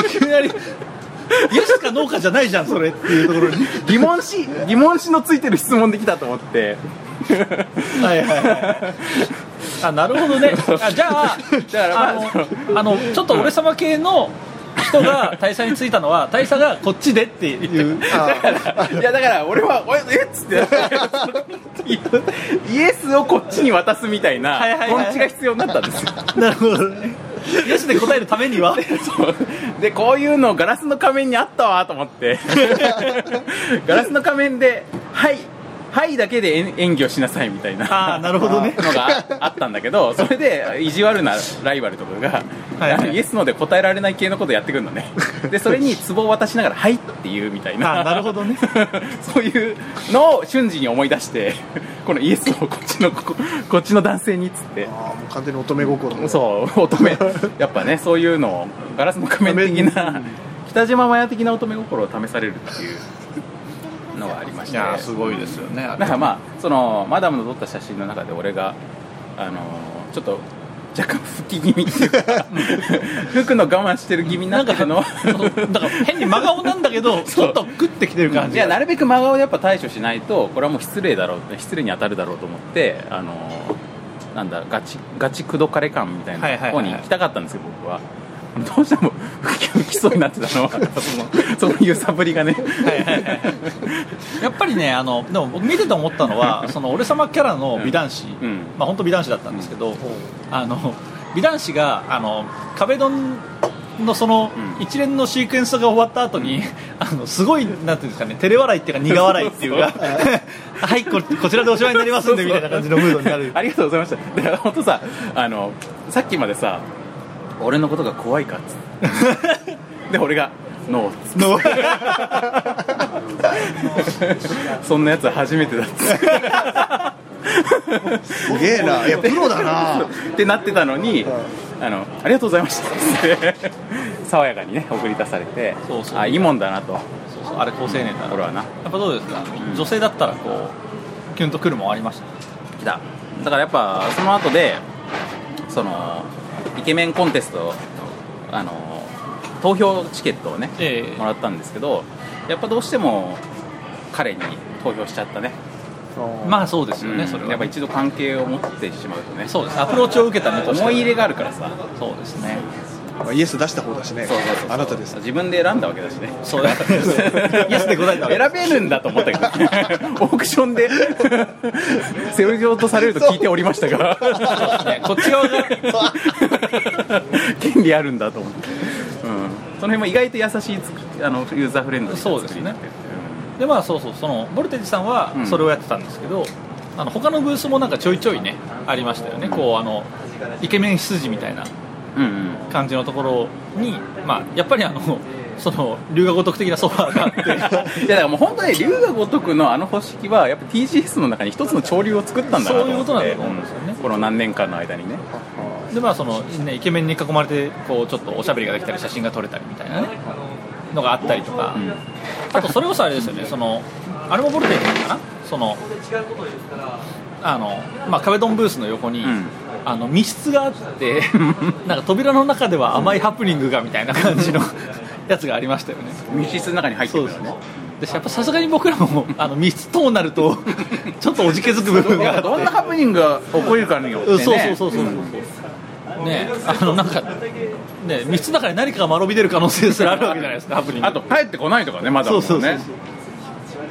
Speaker 2: て
Speaker 3: いきなりイエスかノーかじゃないじゃんそれっていうところに
Speaker 2: 疑問詞疑問詞のついてる質問できたと思って
Speaker 3: はいはいはいあなるほどねあじゃあ
Speaker 2: だからまあ
Speaker 3: あのあのちょっと俺様系の人が大佐についたのは大佐がこっちでっていう
Speaker 4: あ
Speaker 2: いやだから俺はおえっつってイエスをこっちに渡すみたい
Speaker 3: はい
Speaker 2: な
Speaker 3: はいはい
Speaker 2: 音痴が必要になったんですよ
Speaker 3: なるほどねイエスで答えるためには
Speaker 2: そうでこういうのガラスの仮面にあったわと思って ガラスの仮面で「はい」はいだけで演演技をしなさいみたいな
Speaker 3: ああなるほどね
Speaker 2: のがああったんだけどそれで意地悪なライバルとかが、
Speaker 3: はいはい
Speaker 2: あのイエスので答えられない系のことやってくるのねでそれに壺を渡しながら「はい」って言うみたい
Speaker 3: あ
Speaker 2: な
Speaker 3: あなるほどね
Speaker 2: そういうのを瞬時に思い出してこのイエスをこっちのこここっちの男性にっつって
Speaker 4: あもう完全に乙女心の
Speaker 2: そう乙女やっぱねそういうのをガラスの仮面的な北島麻也的な乙女心を試されるっていうのがありましてだか
Speaker 3: ごいですよ ねあれ
Speaker 2: らまあそのマダムの撮った写真の中で俺があのちょっと若干吹き気味っていう か服の我慢してる気味になってるのは
Speaker 3: だから変に真顔なんだけ どちょっとグッてきてる感
Speaker 2: い
Speaker 3: じ
Speaker 2: やなるべく真顔でやっぱ対処しないとこれはもう失礼だろう失礼に当たるだろうと思ってあのなんだガチガチ口説かれ感みたい
Speaker 3: はい
Speaker 2: な
Speaker 3: はいはい
Speaker 2: 方に行きたかったんですよ、僕はどうしても浮き浮きそうになってた のはそのその揺さぶりがね
Speaker 3: やっぱりねあのでも僕見てて思ったのはその俺様キャラの美男子、
Speaker 2: うんうん
Speaker 3: まあ本当美男子だったんですけど、あの美男子があの壁ドンのその
Speaker 2: うん
Speaker 3: 一連のシークエンスが終わった後に、 あのすごいなんていうんですかね照れ笑いっていうか苦笑いっていうか はいここちらでおしまいになり ますんでみたいな感じのムードに なる
Speaker 2: ありがとうございましただから本当さあのさっきまでさ俺のことが怖いかっつ ってで俺がノーっつ
Speaker 3: の
Speaker 2: って そんなやつは初めてだっつって
Speaker 4: すげえないやプロだな
Speaker 2: ってなってたのに、あのありがとうございましたって 爽やかにね送り出されて
Speaker 3: そうそう
Speaker 2: あいいもんだなと
Speaker 3: そうそうあれ好青年だな
Speaker 2: 俺はな
Speaker 3: やっぱどうですか、
Speaker 2: ん
Speaker 3: 女性だったらこうキュンとくるもんありました
Speaker 2: 来ただからやっぱその後でそのイケメンコンテストあの投票チケットをね、
Speaker 3: ええ
Speaker 2: もらったんですけどやっぱどうしても彼に投票しちゃったね
Speaker 3: まあそうですよね、
Speaker 2: うん
Speaker 3: それ
Speaker 2: やっ
Speaker 3: は
Speaker 2: ぱ一度関係を持ってしまうとね
Speaker 3: そうですアプローチを受けたねとしては
Speaker 2: 思い入れがあるからさ
Speaker 3: そうですね
Speaker 4: まあイエス出した方だしね
Speaker 2: そうそうそう
Speaker 4: あなたです
Speaker 2: 自分で選んだわけだしね
Speaker 3: そうだイエスで答えたわけ
Speaker 2: 選べるんだと思ったけ どオークションで背負い落とされると聞いておりましたが
Speaker 3: こっち側が
Speaker 2: 権利あるんだと思って、うん、その辺も意外と優しいつくあのユーザーフレンドリーな
Speaker 3: そうですねでまあそうそうそのボルテージさんは
Speaker 2: うん
Speaker 3: それをやってたんですけど、あの他のブースもなんかちょいちょいねありましたよねこうあのイケメン執事みたいな
Speaker 2: うんうん
Speaker 3: 感じのところにまあやっぱりあのその龍が如く的なソファーがあって
Speaker 2: いやだからもう本当に龍が如くのあの方式はやっぱ TGS の中に一つの潮流を作ったんだなと思って
Speaker 3: そういうことなんだと思うんですよね
Speaker 2: この何年間の間にね
Speaker 3: でまあそのね、イケメンに囲まれてこうちょっとおしゃべりができたり写真が撮れたりみたいなねのがあったりとか、
Speaker 2: うん
Speaker 3: あとそれこそあれですよねそのアルバボルテージかなそのあの、まあ、壁ドンブースの横に、
Speaker 2: うん
Speaker 3: あの密室が あってなんか扉の中では甘いハプニングがみたいな感 じのやつがありましたよね
Speaker 2: 密室の中に入って
Speaker 3: そ
Speaker 2: る
Speaker 3: う
Speaker 2: から
Speaker 3: です
Speaker 2: ね
Speaker 3: ねでやっぱさすがに僕らもあの密室とな るとちょっとおじけづく部分があって
Speaker 2: どんなハプニングが起こるかによって、
Speaker 3: うん
Speaker 2: ね、
Speaker 3: そうそうそうそうそう、
Speaker 2: ん
Speaker 3: ねあのなんかね密室の中に何かがまろび出る可能性すらあるわけじゃないですかハプニング
Speaker 2: あと帰ってこないとかねまだも
Speaker 3: そう
Speaker 2: ね
Speaker 3: そうそうそう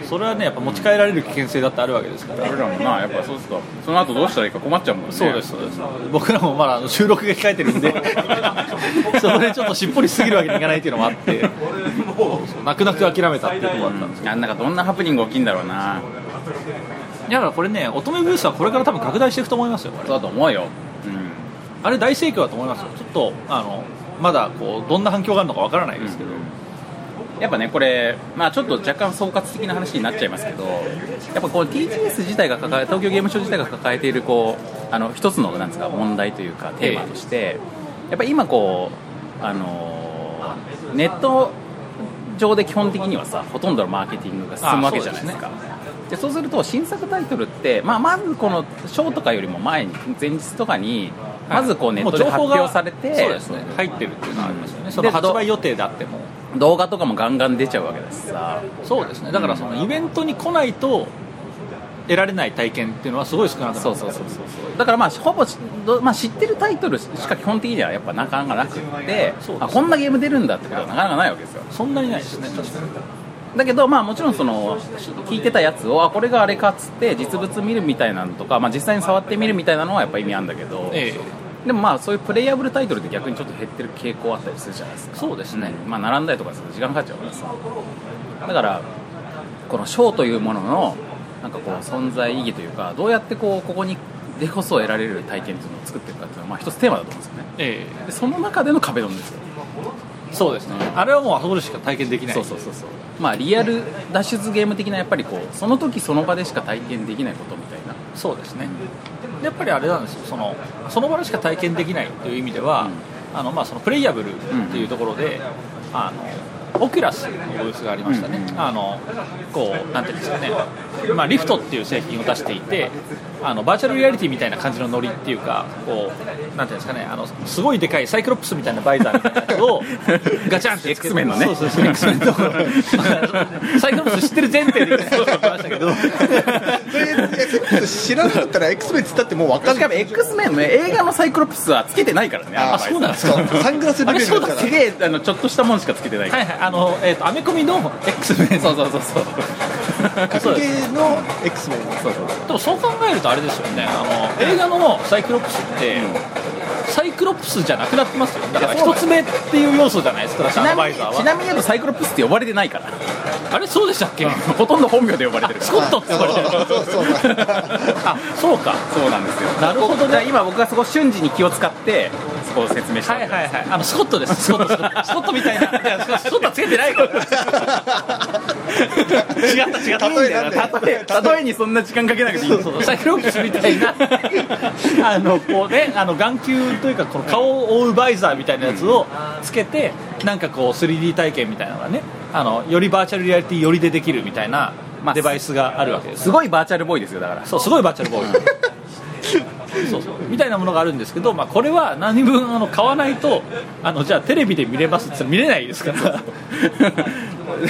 Speaker 3: それはねやっぱ持ち帰られる危険性だってあるわけですから
Speaker 2: 俺らもなやっぱそうですかその後どうしたらいいか困っちゃうもんね
Speaker 3: そうですそうです僕らもまだあの収録が控えてる んでそれでちょっとしっぽりしすぎるわけにいかないっていうのもあってそうそう泣く泣く諦めたっていうところだったんです
Speaker 2: うんあんなんかどんなハプニング起きんだろうな
Speaker 3: だからこれね乙女ブースはこれから多分拡大していくと思いますよこれ
Speaker 2: そうだと思うよ、うん、
Speaker 3: あれ大盛況だと思いますよちょっとあのまだこうどんな反響があるのかわからないですけど、
Speaker 2: やっぱねこれ、まあ、ちょっと若干総括的な話になっちゃいますけどやっぱこう TGS 自体が抱え東京ゲームショウ自体が抱えているこうあの一つのなんですか問題というかテーマとして、やっぱ今こうあのネット上で基本的にはさほとんどのマーケティングが進むわけじゃないですかでそうすると新作タイトルって、まあ、まずこのショーとかよりも前に前日とかにまずこうネットで発表されて、
Speaker 3: もう情報がそうですね入ってるっていうのはありますよね、
Speaker 2: うん
Speaker 3: その
Speaker 2: で
Speaker 3: 発売予定であっても
Speaker 2: 動画とかもガンガン出ちゃうわけだしさ
Speaker 3: そうですねだからそのイベントに来ないと得られない体験っていうのはすごい少なくなる
Speaker 2: そうそうそうそうそうだからまあほぼしどまあ、知ってるタイトルしか基本的にはやっぱなかなかなくって
Speaker 3: そうです
Speaker 2: あこんなゲーム出るんだってことはなかなかないわけですよ
Speaker 3: そんなにないですね確かに
Speaker 2: だけどまあもちろんその聞いてたやつをあこれがあれかっつって実物見るみたいなのとか、まあ、実際に触ってみるみたいなのはやっぱ意味あるんだけど、
Speaker 3: え
Speaker 2: でもまあそういうプレイアブルタイトルって逆にちょっと減ってる傾向あったりするじゃないですか
Speaker 3: そうですね
Speaker 2: まあ、並んだりとかすると時間かかっちゃうからさだからこのショーというもののなんかこう存在意義というかどうやってこうここにでこそ得られる体験というのを作っていくかっていうのはまあ一つテーマだと思うんですよね
Speaker 3: え
Speaker 2: でその中での壁ドンですよ
Speaker 3: えそうですねあれはもうあそこでしか体験できない
Speaker 2: そうそうそうそうまあリアル脱出ゲーム的なやっぱりこうその時その場でしか体験できないことみたいな
Speaker 3: そうですねでやっぱりあれなんですよそのその場でしか体験できないという意味では、あのまあ、そのプレイヤブルっていうところで、あのオキュラスのブースがありましたね、
Speaker 2: うん
Speaker 3: あのこうなんていうんですかね、まあ、リフトっていう製品を出していてあのバーチャルリアリティみたいな感じのノリっていうかこうなんていうんですかねあのすごいでかいサイクロプスみたいなバイザーみたいなや つをガチャンってつけて
Speaker 2: X-Men のね
Speaker 3: そうそうそう X-Men のと ころサイクロプス知ってる前提で言ってましたけど
Speaker 4: それいや X 知らなかったら X メンつったってもう分かん
Speaker 2: 確
Speaker 4: な
Speaker 2: か
Speaker 4: い
Speaker 2: に X メンの映画のサイクロプスはつけてないからね
Speaker 4: あ
Speaker 2: の
Speaker 3: あそうなんですか
Speaker 4: そうサングラスレベルだから
Speaker 2: すげえあのちょっとしたもんしかつけてない
Speaker 3: はいはい、あの、えっ、と、アメコミの X メン。
Speaker 2: そうそうそうそう
Speaker 4: 格ゲーの X メン
Speaker 2: そうそう
Speaker 3: でも、そう考えるとあれですよね、あの、映画のサイクロプスって、サイクロプスじゃなくなってますよ。だから、
Speaker 2: いやそう
Speaker 3: 一
Speaker 2: だ
Speaker 3: つ目っていう要素じゃないですか、
Speaker 2: ち
Speaker 3: ア
Speaker 2: な
Speaker 3: ドバ
Speaker 2: み
Speaker 3: イ
Speaker 2: に
Speaker 3: ザー
Speaker 2: ち
Speaker 3: は。
Speaker 2: なみに言うとサイクロプスって呼ばれてないから
Speaker 3: あれ、そうでしたっけ。
Speaker 2: ほとんど本名で呼ばれてる
Speaker 3: スコットって呼ばれてる。
Speaker 4: そうそうそう
Speaker 3: あ、そうか。
Speaker 2: そうなんですよ
Speaker 3: なるほど
Speaker 2: だから
Speaker 3: ね。
Speaker 2: 今僕がそこ瞬時に気を使ってそこを説明した
Speaker 3: はいはいはい、あのスコットです、スコット、スコ ットスコットみたいな、いやスコスコットはつけてないから、 違った、違った、
Speaker 4: 例えなんだよ
Speaker 2: 例え例えにそんな時間かけなくていい
Speaker 3: そうサイクロプスみたいな あのこうねあの眼球というかこの顔を覆うバイザーみたいなやつをつけてなんかこう 3D 体験みたいなのがねあのよりバーチャルリアリティよりでできるみたいな
Speaker 2: まあ
Speaker 3: デバイスがあるわけです
Speaker 2: すごいバーチャルボーイですよだから
Speaker 3: そうすごいバーチャルボーイ そうそうみたいなものがあるんですけど、まあ、これは何分あの買わないとあのじゃあテレビで見れますって言ったら見れないです から
Speaker 2: だか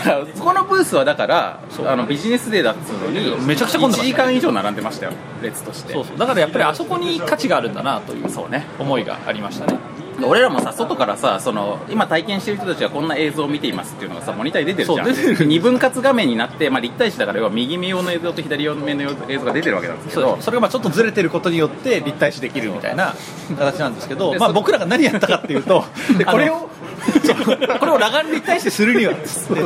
Speaker 2: ら そこのブースはだからあのビジネスデーだっつうのに
Speaker 3: めちゃくちゃ混んでま
Speaker 2: 1
Speaker 3: し
Speaker 2: 時
Speaker 3: たね
Speaker 2: 間以上並んでましたよ列として
Speaker 3: そうそうだからやっぱりあそこに価値があるんだなという
Speaker 2: そうね
Speaker 3: 思いがありましたね
Speaker 2: 俺らもさ外からさその今体験してる人たちはこんな映像を見ていますっていうのがさモニターに出てるじゃん
Speaker 3: そう出てる
Speaker 2: 二分割画面になって、まあ、立体視だから要は右目用の映像と左目の映像が出てるわけなんですけ
Speaker 3: そう
Speaker 2: ど
Speaker 3: それがまあちょっとずれてることによって立体視できるみたいな形なんですけど、まあ、僕らが何やったかってい うと
Speaker 2: で
Speaker 3: あの
Speaker 2: これを
Speaker 3: そうこれを裸眼立体視するにはっつって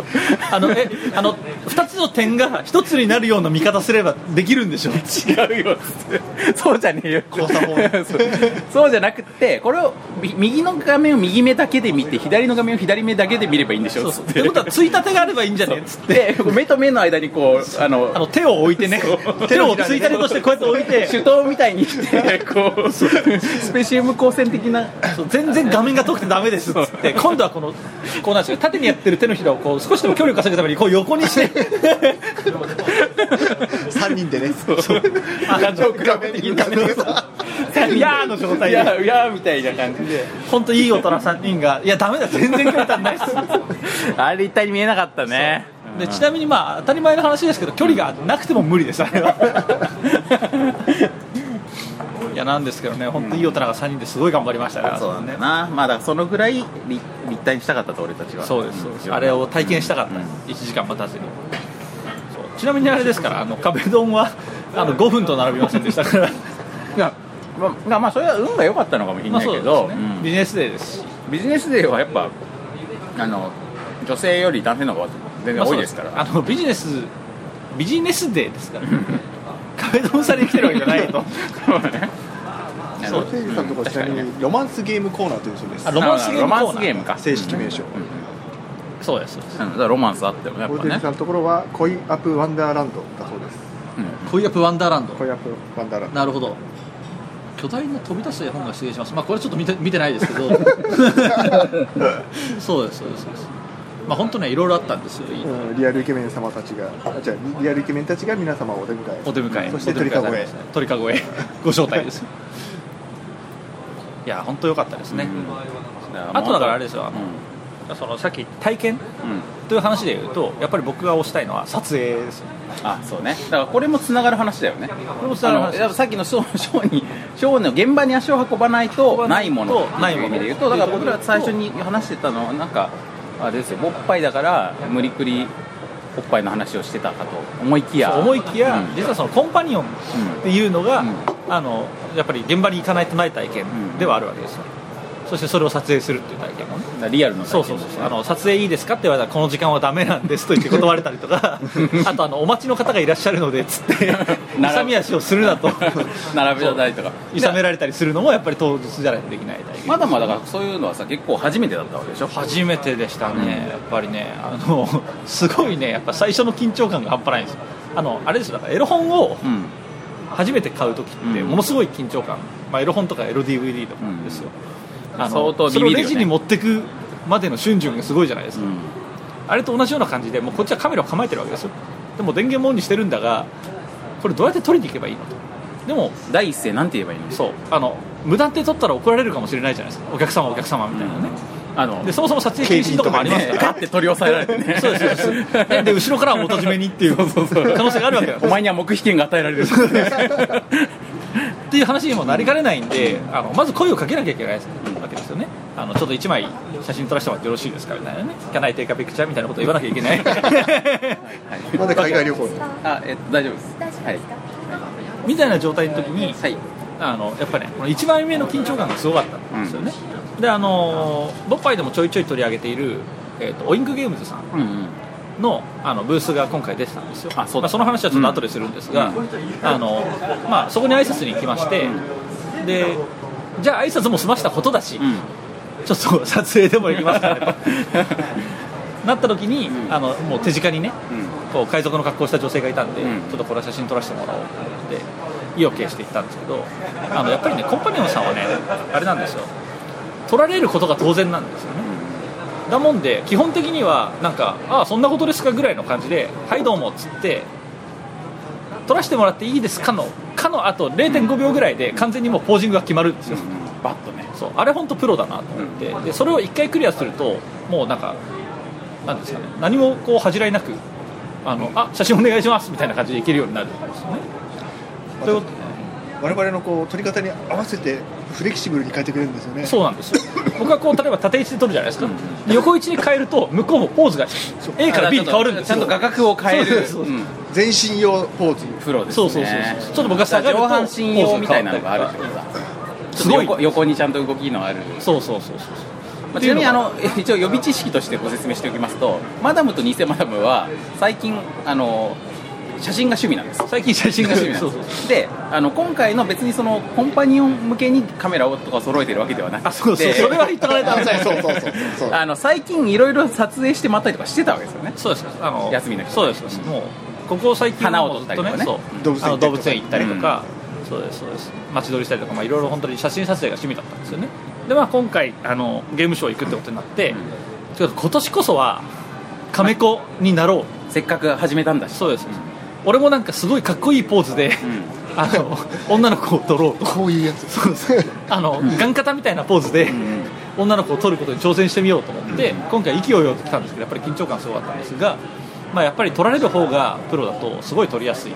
Speaker 3: あのえあの2つの点が1つになるような見方すればできるんでしょ
Speaker 2: 違うよつってそうじゃねえよ
Speaker 3: 交差法
Speaker 2: そうそうじゃなくてこれをみ右の画面を右目だけで見て左の画面を左目だけで見ればいいんでし
Speaker 3: そ
Speaker 2: ょ
Speaker 3: う
Speaker 2: つ
Speaker 3: そう
Speaker 2: っ
Speaker 3: って
Speaker 2: て
Speaker 3: ことはついたてがあればいいんじゃねえっつって
Speaker 2: で 目と目の間にこうあの
Speaker 3: あの手を置いてね手をついたてとしてこうやって置いて
Speaker 2: 手刀みたいにしてこうスペシウム光線的な
Speaker 3: そう全然画面が遠くてダメですっつって今度はこのこうなんですよ縦にやってる手のひらをこう少しでも距離を稼ぐためにこう横にして
Speaker 4: 3人でね
Speaker 3: あの
Speaker 4: 画面に向かってさ
Speaker 3: いやーの状態
Speaker 2: いや
Speaker 3: で
Speaker 2: いやみたいな感じで
Speaker 3: 本当いい大人3人がいやダメだ全然距離足んないっす
Speaker 2: あれ一体に見えなかったね
Speaker 3: でちなみにまあ当たり前の話ですけど距離がなくても無理ですあれ はいやなんですけどね本当いい大人が3人ですごい頑張りましたね
Speaker 2: そうなんだよなまあだからそのぐらい立立体にしたかったと俺たちは
Speaker 3: そうですそうです
Speaker 2: ん
Speaker 3: あれを体験したかった、
Speaker 2: うん
Speaker 3: 1時間待たずにそうちなみにあれですからあの壁ドンはあの5分と 並びませんでしたから
Speaker 2: いやまあ、まあそれは運が良かったのかもしれ
Speaker 3: まあ
Speaker 2: ない
Speaker 3: そう
Speaker 2: け
Speaker 3: です
Speaker 2: ど、
Speaker 3: ね、
Speaker 2: うん
Speaker 3: ビジネスデーですし
Speaker 2: ビジネスデーはやっぱあの女性より男性の方が全然多いですから、
Speaker 3: まあそうですあのビジネスビジネスデーですから壁ドンされに来てるわけじゃないと
Speaker 2: あ
Speaker 4: そ
Speaker 2: の
Speaker 4: うテイさんとこちなみ
Speaker 2: うん
Speaker 4: にロマンスゲームコーナーというそうです
Speaker 3: あロマンスゲームコーナー
Speaker 2: ロマンスゲームか
Speaker 4: 正式名称
Speaker 2: うんうん
Speaker 3: そうですそうです
Speaker 2: うんだからロマンスあってもねやっ
Speaker 4: 大
Speaker 2: ぱ
Speaker 4: 手
Speaker 2: ね
Speaker 4: さんのところは恋アップワンダーランドだそうです
Speaker 3: 恋アップワンダーランド
Speaker 4: 恋アップワンダーランド
Speaker 3: なるほど巨大な飛び出した絵本が出現しますまあこれちょっと見て見てないです けどそうですそうですそうですまあ本当ねいろいろあったんですよ
Speaker 4: うんリアルイケメン様たちがあじゃあリアルイケメンたちが皆様をお出迎え
Speaker 3: お出迎え
Speaker 4: そして鳥かごへ
Speaker 3: 鳥かご へご招待ですいや本当良かったですね、あとだからあれですよあのそのさっき体験
Speaker 2: うんうん
Speaker 3: という話で言うとやっぱり僕が推したいのは撮影ですよ
Speaker 2: あそうねだからこれもつながる話だよね
Speaker 3: れもつ
Speaker 2: あ
Speaker 3: ながる話
Speaker 2: のやっぱさっきの ショーショーにショーの現場に足を運ばないとないもの
Speaker 3: とないもの
Speaker 2: っていう意味で言うとだから僕ら最初に話してたのはなんかあれですよおっぱいだから無理くりおっぱいの話をしてたかと思いきや
Speaker 3: 思いきや、
Speaker 2: うん
Speaker 3: 実はそのコンパニオンっていうのが、
Speaker 2: うん
Speaker 3: あのやっぱり現場に行かないとない体
Speaker 2: ん
Speaker 3: 験ではあるわけですよ、そしてそれを撮影するっていう体験もね
Speaker 2: だからリアルの体
Speaker 3: そう
Speaker 2: 験
Speaker 3: そうそうそう
Speaker 2: あ
Speaker 3: あ
Speaker 2: の
Speaker 3: の撮影いいですかって言われたらこの時間はダメなんですと言って断れたりと かあとあのお待ちの方がいらっしゃるのでっつ って
Speaker 2: 並ぶ
Speaker 3: 勇み足をする なと
Speaker 2: 並べたりとか
Speaker 3: いさめられたりするのもやっぱり当日じゃないとできない体験
Speaker 2: まだまだだからそういうのはさ結構初めてだったわけでしょ
Speaker 3: 初めてでしたね、やっぱりね、あの すごいね、やっぱ最初の緊張感が半端ないんですよ、あのあれですよ、だからエロ本を
Speaker 2: うん
Speaker 3: 初めて買うときって、
Speaker 2: うん
Speaker 3: ものすごい緊張感、まあ、エロ本とかエロ DVD とかですよ、あ
Speaker 2: 相
Speaker 3: の
Speaker 2: 当ビビ
Speaker 3: そ
Speaker 2: るよ
Speaker 3: れを
Speaker 2: ね
Speaker 3: レジに持ってくまでの瞬順がすごいじゃないです
Speaker 2: う
Speaker 3: か、
Speaker 2: ん
Speaker 3: あれと同じような感じで、もうこっちはカメラを構えてるわけですよ、でも電源もオンにしてるんだが、これ、どうやって取りに行けばいいのと、でも、
Speaker 2: 第一声なんて言えばいいの
Speaker 3: そうあの無断で撮ったら怒られるかもしれないじゃないですか、お客様、お客様みたいなね。
Speaker 2: あの
Speaker 3: でそもそも撮影禁止とかもありますから
Speaker 2: ガッて取り押さえられてね
Speaker 3: そうですそうですでで後ろから は元締めにっていう可能性があるわけだ
Speaker 2: お前には黙秘権が与えられる
Speaker 3: っていう話にもなりかねないんで、あのまず声をかけなきゃいけないわけですよねあのちょっと1枚写真撮らせてもらってよろしいですかみたいなね「Can I take a picture?」みたいなことを言わなきゃいけない
Speaker 4: まだ海外旅行
Speaker 5: です
Speaker 4: に
Speaker 5: か
Speaker 2: あえっと大丈夫です
Speaker 5: 大丈夫
Speaker 2: は
Speaker 5: で
Speaker 2: い
Speaker 5: すか、
Speaker 3: みたいな状態の時に
Speaker 2: はい
Speaker 3: あのやっぱねこの1枚目の緊張感がすごかったんですよね、であのボッパイでもちょいちょい取り上げている、えー、とオインクゲームズさん
Speaker 2: うんうん
Speaker 3: のあのブースが今回出てたんですよ
Speaker 2: あそうだ
Speaker 3: まあ、その話はちょっと後でするんですが、
Speaker 2: うん
Speaker 3: あのまあ、そこに挨拶に行きまして、でじゃあ挨拶も済ましたことだし、
Speaker 2: うん
Speaker 3: ちょっと撮影でも行きますかね となった時に、
Speaker 2: うん
Speaker 3: あのもう手近にね
Speaker 2: う
Speaker 3: こう海賊の格好をした女性がいたんで、
Speaker 2: うん
Speaker 3: ちょっとこれは写真撮らせてもらおうと思って意を決して行ったんですけどあのやっぱりねコンパニオンさんはねあれなんですよ撮られることが当然なんですよねだもんで基本的にはなんか「ああそんなことですか」ぐらいの感じで「はいどうも」っつって撮らせてもらっていいですかのかのあと0.5秒ぐらいで完全にもうポージングが決まるんですよ
Speaker 2: バッとね
Speaker 3: そうあれ本当プロだなと思って、でそれを1回クリアするともうなんかなんですかね何もこう恥じらいなくあのあ写真お願いしますみたいな感じでいけるようになるんですよねというこ
Speaker 4: 我々のこう撮り方に合わせてフレキシブルに変えてくれるんですよね
Speaker 3: そうなんですよ僕はこう例えば縦位置で撮るじゃないですか、で横位置に変えると向こうもポーズが A から B に変わるんですよ
Speaker 2: ちゃんと画角を変える
Speaker 3: そうそうそう
Speaker 2: うん
Speaker 4: 全身用ポーズ
Speaker 2: プロです
Speaker 3: そ
Speaker 2: ね
Speaker 3: うそうそうそうちょっと僕が下がると
Speaker 2: 上半身用みたいなのがあるってことだ
Speaker 3: すごい
Speaker 2: ちょっと横横にちゃんと動きのある
Speaker 3: そうそうそうそう
Speaker 2: まあ、ちなみにあの え一応予備知識としてご説明しておきますとマダムと偽マダムは最近あの写真が趣味なんです
Speaker 3: 最近写真が趣味なんです
Speaker 2: そうそうであの今回の別にそのコンパニオン向けにカメラをとか揃えてるわけではなくて
Speaker 3: あそうそうそれは言っとかないと危ない
Speaker 4: そうそうそうそう
Speaker 2: あの最近いろいろ撮影してまったりとかしてたわけですよね
Speaker 3: そうですあの
Speaker 2: 休みの日
Speaker 3: そうですそうですもうここ最近は
Speaker 2: 花を
Speaker 3: も
Speaker 2: 撮っ
Speaker 3: う
Speaker 2: たりとかね
Speaker 3: ずっ
Speaker 4: 動
Speaker 3: とそうあの動
Speaker 4: 物園行ったりとか
Speaker 3: 物園行ったりとか、そうですそうです街撮りしたりとかまあいろいろ本当に写真撮影が趣味だったんですよねでまあ今回あのゲームショー行くってことになって、ちょっと今年こそはカメ子になろう
Speaker 2: せっかく始めたんだし
Speaker 3: そうです、俺もなんかすごいかっこいいポーズで、あの女の子を撮ろうと
Speaker 4: こういうやつそうです
Speaker 3: あの、ガン型みたいなポーズで、女の子を撮ることに挑戦してみようと思って、今回勢いよく来たんですけどやっぱり緊張感すごかったんですが、まあ、やっぱり撮られる方がプロだとすごい撮りやすい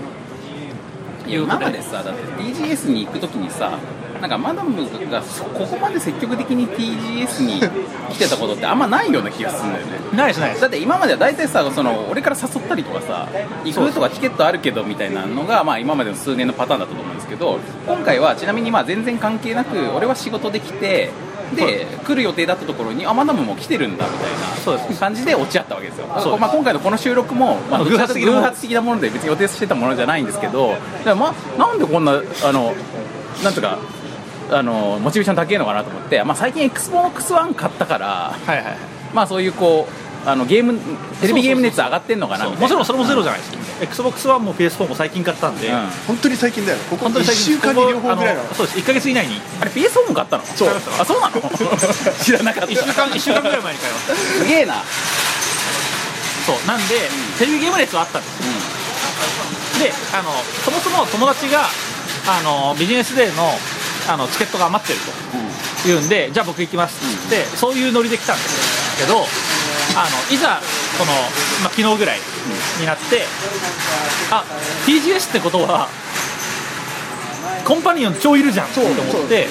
Speaker 2: いや今までさだって TGS に行くときにさなんかマダムがそここまで積極的に TGS に来てたことってあんまないような気がするんだよね
Speaker 3: ないですないです
Speaker 2: だって今までは大体さその俺から誘ったりとかさ行くとかチケットあるけどみたいなのが、まあ、今までの数年のパターンだったと思うんですけど今回はちなみにまあ全然関係なく俺は仕事できてで来る予定だったところにあマダムも来てるんだみた
Speaker 3: そう
Speaker 2: い
Speaker 3: で
Speaker 2: な感じで落ち合ったわけですよ
Speaker 3: そうです
Speaker 2: まあ、今回のこの収録も、まあ、
Speaker 3: 偶
Speaker 2: 偶
Speaker 3: 発
Speaker 2: 発
Speaker 3: 的
Speaker 2: 的
Speaker 3: な
Speaker 2: 偶発的なもので別に予定してたものじゃないんですけどだからまあ、なんでこんなあのなんとかあのモチベーション高いのかなと思って、まあ、最近 XBOX1 買ったから
Speaker 3: はいはい
Speaker 2: まあそういうこうあのゲームテレビゲーム熱上がってんのかな
Speaker 3: そう
Speaker 2: みたい
Speaker 3: も
Speaker 2: な
Speaker 3: ちろんそれもゼロじゃないです、XBOX 1も PS4 も最近買ったんで、
Speaker 2: うん
Speaker 4: 本当に最近だよここ
Speaker 3: 本当
Speaker 4: 1
Speaker 3: に最近
Speaker 4: 週間に両方ぐらいな
Speaker 3: あ
Speaker 4: の
Speaker 3: そうです1か月以内に
Speaker 2: あれ PS4 も買ったの
Speaker 4: そう
Speaker 2: あそう なの知らなかった
Speaker 3: 1週間一週間ぐらい前に買いました
Speaker 2: すげえな、
Speaker 3: そうなんで、テレビゲーム熱はあったんですであのそもそも友達があのビジネスデーのあのチケットが余ってると言うんで、じゃあ僕行きますって言って、そういうノリで来たんですけどあのいざこの、まあ、昨日ぐらいになって、あ TGS ってことはコンパニオン超いるじゃんと思
Speaker 4: そ
Speaker 3: っ
Speaker 4: う
Speaker 3: て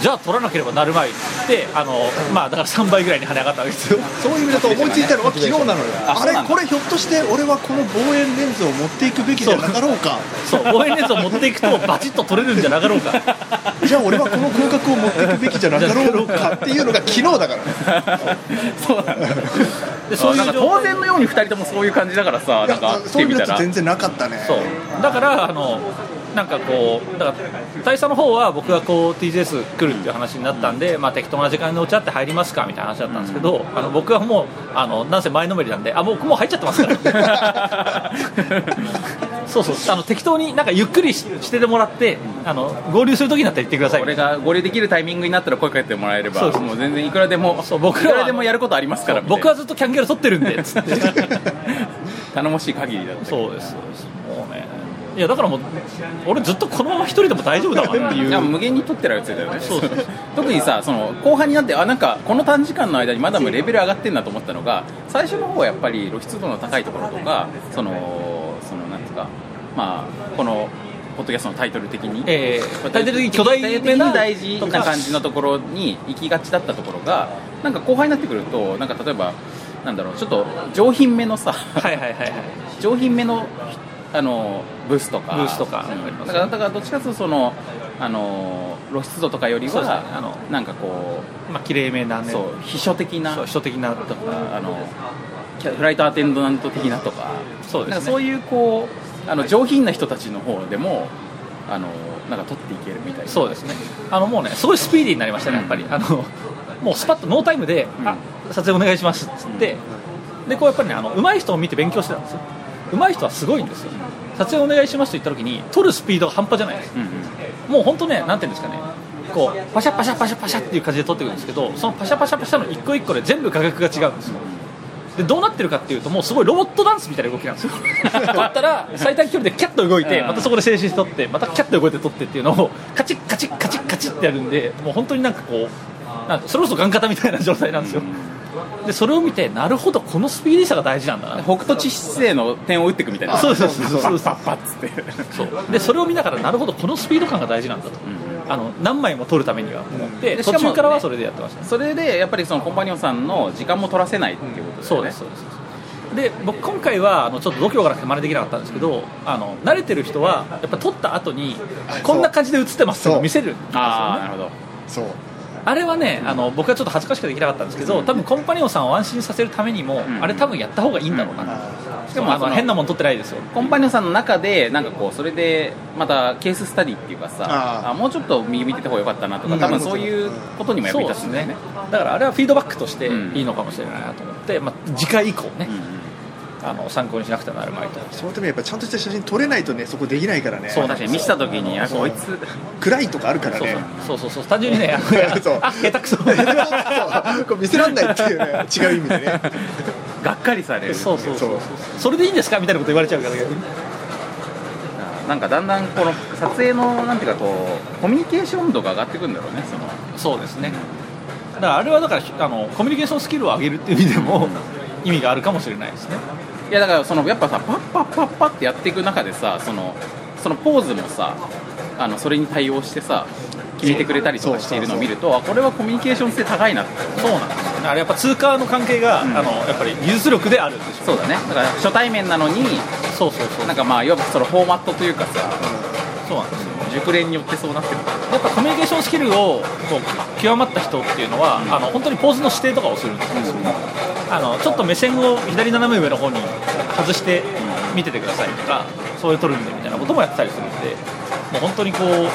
Speaker 3: じゃあ取らなければなるまいってあの、まあだから3倍ぐらいに跳ね上がったわけですよ
Speaker 4: そういう意味だと思いついたのは昨日なのよ
Speaker 2: あ
Speaker 4: あ
Speaker 2: そうな
Speaker 4: れ
Speaker 2: んだ
Speaker 4: これひょっとして俺はこの望遠レンズを持っていくべきじゃなかろうか
Speaker 3: そう望遠レンズを持っていくとバチッと取れるんじゃなかろうか
Speaker 4: じゃあ俺はこの広角を持っていくべきじゃなかろうかっていうのが昨日だから ね
Speaker 2: そうなんだ
Speaker 3: でそうい
Speaker 2: なん
Speaker 3: う
Speaker 2: か
Speaker 3: 状
Speaker 2: 当然のように2人ともそういう感じだからさ
Speaker 4: い
Speaker 2: なんか
Speaker 4: や
Speaker 2: 来
Speaker 4: そ
Speaker 2: て
Speaker 4: ういう
Speaker 2: み
Speaker 4: の
Speaker 2: た
Speaker 4: と
Speaker 2: ら
Speaker 4: 全然なかったね
Speaker 3: そうだからあのなんかこうだから大佐の方は僕がこう TGS 来るっていう話になったんで、まあ、適当な時間にお茶って入りますかみたいな話だったんですけど、あの僕はもうあのなんせ前のめりなんであもうもう入っちゃってますから そうそうあの適当になんかゆっくりししててもらってあの合流する時になったら言ってください
Speaker 2: 俺が合流できるタイミングになったら声かけてもらえれば
Speaker 3: そうそう
Speaker 2: もう全然いくらでも
Speaker 3: そう僕らはい
Speaker 2: くらでもやることありますからみたい
Speaker 3: 僕
Speaker 2: な
Speaker 3: はずっとキャンギャル撮ってるんでつって
Speaker 2: 頼もしい限りだったけど
Speaker 3: そうですそうですもうねいやだからもう俺ずっとこのまま一人でも大丈夫だわってい
Speaker 2: いや
Speaker 3: う
Speaker 2: 無限に撮ってるやつだよね
Speaker 3: そうそうそう
Speaker 2: 特にさその後半になってあなんかこの短時間の間にまだもレベル上がってんなと思ったのが最初の方はやっぱり露出度の高いところとかそのそのなんですかまあこのポッドキャストのタイトル的に、
Speaker 3: えータイトル的に巨大めな
Speaker 2: 大事な感じのところに行きがちだったところがなんか後輩になってくるとなんか例えばなんだろうちょっと上品めのさ
Speaker 3: はいはいはいはい
Speaker 2: 上品めのあのブースとか
Speaker 3: ブースとか
Speaker 2: うんだからだからどっちかというとそのあの露出度とかより
Speaker 3: そうですね
Speaker 2: は
Speaker 3: あの
Speaker 2: なんかこ
Speaker 3: まあ綺麗めな
Speaker 2: う、
Speaker 3: ね
Speaker 2: そう秘書的な
Speaker 3: そう人的なとか
Speaker 2: あのキャフライトアテンダント的なとか
Speaker 3: そうですね
Speaker 2: なんかそういうこうあの上品な人たちの方でもあのなんか取っていけるみたいな
Speaker 3: そうですねあのもうねすごいスピーディーになりましたねやっぱりあのもうスパッとノータイムで「
Speaker 2: うん
Speaker 3: あ撮影お願いします」っつってでこうやっぱりねあの上手い人を見て勉強してたんですよ上手い人はすごいんですよ撮影お願いしますと言った時に撮るスピードが半端じゃないです
Speaker 2: うんうん
Speaker 3: もう本当ね、なんていうんですかね、こうパシャパシャパシャパシャっていう感じで撮ってくるんですけど、そのパシャパシャパシャの一個一個で全部画角が違うんですよ。でどうなってるかっていうともうすごいロボットダンスみたいな動きなんですよ撮ったら最短距離でキャッと動いて
Speaker 2: うん
Speaker 3: またそこで静止して撮ってまたキャッと動いて撮ってっていうのをカチッカチッカチッカチッってやるんでもう本当になんかこうなんかそれこそガン型みたいな状態なんですよでそれを見てなるほどこのスピーディーさが大事なんだな
Speaker 2: 北斗地質への点を打っていくみたいな
Speaker 3: そうですそうですそうです
Speaker 2: パッパッつって
Speaker 3: そうでそれを見ながらなるほどこのスピード感が大事なんだと、あの何枚も撮るためには思って、
Speaker 2: でし
Speaker 3: 途
Speaker 2: かも
Speaker 3: 中からはそれでやってましたね
Speaker 2: それでやっぱりそのコンパニオンさんの時間も取らせないっていうことだ
Speaker 3: そ
Speaker 2: よ
Speaker 3: う
Speaker 2: ね
Speaker 3: ですそうですで僕今回はあのちょっと度胸がなくて真似できなかったんですけどあの慣れてる人はやっぱ撮った後にこんな感じで映ってますっていうのを見せるんですよね
Speaker 2: ああなるほど
Speaker 4: そう
Speaker 3: あれはねあの僕はちょっと恥ずかしくてできなかったんですけど多分コンパニオンさんを安心させるためにも、
Speaker 2: ん
Speaker 3: あれ多分やった方がいいんだろうな、
Speaker 4: あ
Speaker 3: しかもあ
Speaker 2: そ
Speaker 3: の
Speaker 2: の
Speaker 3: 変なもん取ってないですよ
Speaker 2: コンパニオンさんの中でなんかこうそれでまたケーススタディっていうかさ
Speaker 4: あー
Speaker 2: あもうちょっと右見てた方が良かったなとか
Speaker 4: うん
Speaker 2: 多
Speaker 4: な
Speaker 2: 分
Speaker 4: るほ
Speaker 2: そ
Speaker 4: ど
Speaker 2: ういうことにも役
Speaker 3: そ
Speaker 2: に
Speaker 3: うで
Speaker 2: 立つ
Speaker 3: す
Speaker 2: んだよね
Speaker 3: ねだからあれはフィードバックとして
Speaker 2: うん
Speaker 3: いいのかもしれないなと思って、まあ、次回以降ね、あの参考にしなくてはなるまいと
Speaker 4: ーそのためにやっぱちゃんとした写真撮れないとねそこできないからね
Speaker 2: そう確かに見せた時にあこいつ
Speaker 4: 暗いとかあるから
Speaker 3: そう
Speaker 4: ね
Speaker 3: そうそうそうそう単純にね
Speaker 4: そう
Speaker 3: あ下手 くそ
Speaker 4: そうこれ見せらんないっていうね違う意味でね
Speaker 2: がっかりされる
Speaker 3: そうそうそうそうそれでいいんですかみたいなこと言われちゃうから逆に
Speaker 2: なんかだんだんこの撮影のなんていうかこうコミュニケーション度が上がってくんだろうねその
Speaker 3: そうですねだからあれはだからあのコミュニケーションスキルを上げるっていう意味でも意味があるかもしれないですね
Speaker 2: いやだからそのやっぱさパッパッパッパッってやっていく中でさそのそのポーズもさあのそれに対応してさ決めてくれたりとかしているのを見るとあこれはコミュニケーション性高いなって
Speaker 3: そうなんですよねあれやっぱ通貨の関係が、
Speaker 2: ん
Speaker 3: あのやっぱり技術力であるんでしょ
Speaker 2: そうだねだから初対面なのに
Speaker 3: そうそうそう
Speaker 2: なんかまあいわばそのフォーマットというかさ
Speaker 3: そうなんですよ
Speaker 2: 熟練によってそうなってる
Speaker 3: やっぱコミュニケーションスキルをこう極まった人っていうのは、あの本当にポーズの指定とかをするんですよ、あのちょっと目線を左斜め上の方に外して見ててくださいとか、それ撮るんでみたいなこともやってたりするんで、もう本当にこう、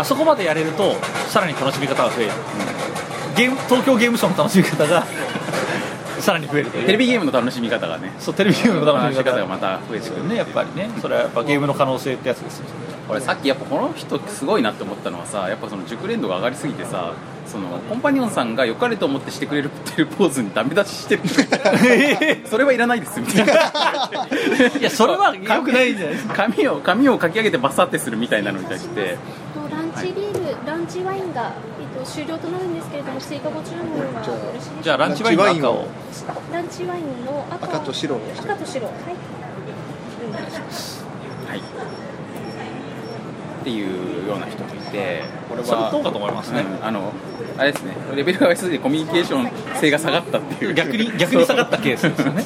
Speaker 3: あそこまでやれると、さらに楽しみ方が増える、ゲーム東京ゲームショウの楽しみ方が さらに増えるという
Speaker 2: テレビゲームの楽しみ方がね
Speaker 3: そうテレビゲームの楽
Speaker 2: 楽
Speaker 3: し
Speaker 2: しみ
Speaker 3: み方
Speaker 2: 方
Speaker 3: が
Speaker 2: がまた増えてくる
Speaker 3: ね、やっぱりね、それはやっぱゲームの可能性ってやつですよ、
Speaker 2: 俺さっきやっぱこの人すごいなって思ったのはさやっぱその熟練度が上がりすぎてさそのコンパニオンさんが良かれと思ってしてくれるっていうポーズにダメ出ししてる それはいらないですみたいない
Speaker 3: いや、それは良くないんじゃないですか。
Speaker 2: 髪を髪をかき上げてバサってするみたいなのに対して
Speaker 5: とランチビール、ランチワインが、えっと、終了となるんですけれども、追加ご注文はよろしいで
Speaker 3: じ
Speaker 5: し
Speaker 3: ゃ
Speaker 5: ょ
Speaker 3: あ
Speaker 5: うか
Speaker 3: ランチワインの赤を
Speaker 5: ランチワインの赤
Speaker 4: 赤と白を
Speaker 5: 赤と白、はい。
Speaker 2: はいっていうような人もいてこれ
Speaker 3: それ
Speaker 2: は
Speaker 3: どうかと思いますね、
Speaker 2: うんあのあれですねレベルが上がりすぎてコミュニケーション性が下がったっていう
Speaker 3: 逆に逆に下がったケースですよね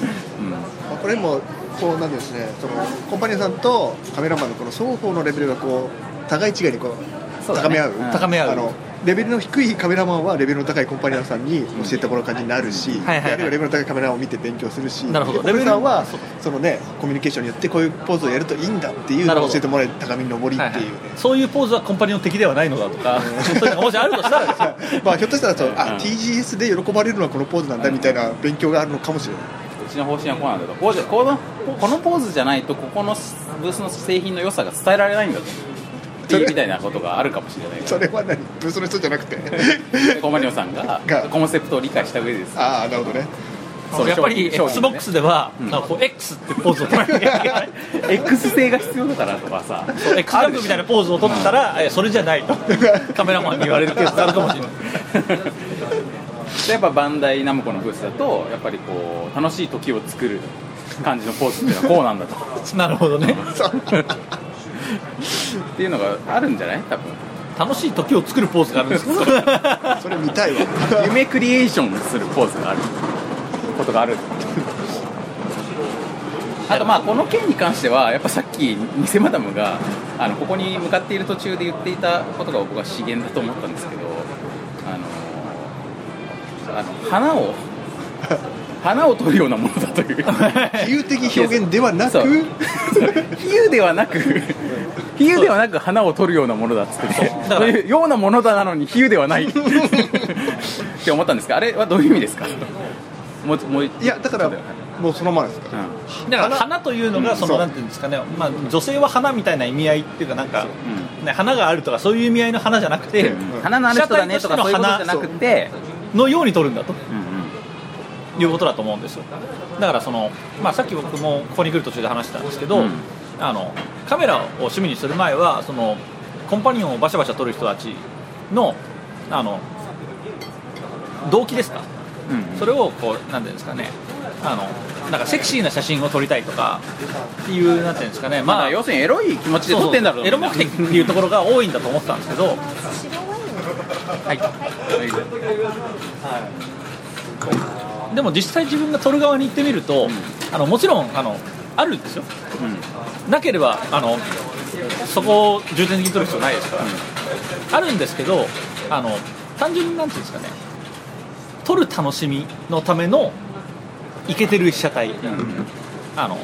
Speaker 4: まあこれもこうなんですねそのコンパニオンさんとカメラマンのこの双方のレベルがこう互い違いにこう
Speaker 2: そうだ
Speaker 4: 高
Speaker 2: ね
Speaker 4: め合う
Speaker 2: うん
Speaker 3: 高め合う
Speaker 4: あのレベルの低いカメラマンはレベルの高いコンパニオンさんに教えてもらう感じになるし、
Speaker 3: はいはいはい
Speaker 4: あるいはレベルの高いカメラマンを見て勉強するし
Speaker 3: なるほど
Speaker 4: でコンパニオンさんは
Speaker 3: レベル
Speaker 4: その、ね、コミュニケーションによってこういうポーズをやるといいんだっていう
Speaker 3: なるほ
Speaker 4: のを
Speaker 3: ど
Speaker 4: 教えてもらえる高みに上りっていうね。
Speaker 3: そういうポーズはコンパニオン的ではないの だとかそういうのがもしあるとしたらですよ
Speaker 4: まあ、ひょっとしたらそうあ、
Speaker 2: うん
Speaker 4: TGS で喜ばれるのはこのポーズなんだみたいな勉強があるのかもしれないう
Speaker 2: ちの方針はこうなんだとこうじゃこのこのポーズじゃないとここのブースの製品の良さが伝えられないんだとっていうみたいなことがあるかもしれない
Speaker 4: それは何ブースの人じゃなくて
Speaker 2: コマニオさんが
Speaker 4: が
Speaker 2: コンセプトを理解した上でです
Speaker 4: ああなるほどね
Speaker 2: そう
Speaker 3: やっぱり
Speaker 2: 商品商品ね
Speaker 3: XBOX では、なんかこう X ってポーズを取らなきゃいけない
Speaker 2: X 性が必要だからとかさ
Speaker 3: X ラグみたいなポーズを取ってたら、えそれじゃない とカメラマンに言われるケースがあるかもしれない
Speaker 2: でやっぱバンダイナムコのブースだとやっぱりこう楽しい時を作る感じのポーズっていうのはこうなんだと
Speaker 3: なるほどね
Speaker 2: っていうのがあるんじゃない多分
Speaker 3: 楽しい時を作るポーズがあるんですか
Speaker 4: それ見たいわ
Speaker 2: 夢クリエーションするポーズがあることがある あとまあこの件に関してはやっぱさっき偽マダムがあのここに向かっている途中で言っていたことが僕は資源だと思ったんですけどあのあの花を花を取るようなものだという
Speaker 4: 比喩的表現ではなく
Speaker 2: そう比喩ではなく比喩ではなく花を取るようなものだっつってて
Speaker 3: うだから
Speaker 2: そういうようなものだなのに比喩ではないって思ったんですがあれはどういう意味ですかもうもう
Speaker 4: いやだからもうそのままですから、
Speaker 2: う
Speaker 3: だから花というのがそ
Speaker 4: そ
Speaker 3: の
Speaker 4: う
Speaker 3: なんていうんですかね、まあ、女性は花みたいな意味合いっていうかなんか、
Speaker 2: う
Speaker 3: ね、花があるとかそういう意味合いの花じゃなくて、
Speaker 2: ん、花のある人だねとかそういうことじゃなくて
Speaker 3: のように撮るんだと
Speaker 2: うんうん
Speaker 3: いうことだと思うんですよだからその、まあ、さっき僕もここに来る途中で話したんですけど、
Speaker 2: うん
Speaker 3: あのカメラを趣味にする前はそのコンパニオンをバシャバシャ撮る人たちのあの動機ですか
Speaker 2: うん
Speaker 3: それをこうなんていうんですかねあのなんかセクシーな写真を撮りたいとかっていうなんていうんですかね
Speaker 2: ま
Speaker 3: ま
Speaker 2: あ
Speaker 3: あ
Speaker 2: 要するにエロい気持ちで
Speaker 3: そう
Speaker 2: 撮
Speaker 3: そ
Speaker 2: っ
Speaker 3: う
Speaker 2: てんだろう
Speaker 3: エロ目的っていうところが多いんだと思ってたんですけど
Speaker 5: 白ワイン
Speaker 3: でも実際自分が撮る側に行ってみると、あのもちろんあのあるんですよなければあのそこを重点的に取る必要ないですから、あるんですけどあの単純になんていうんですかね撮る楽しみのためのイケてる被写体、あの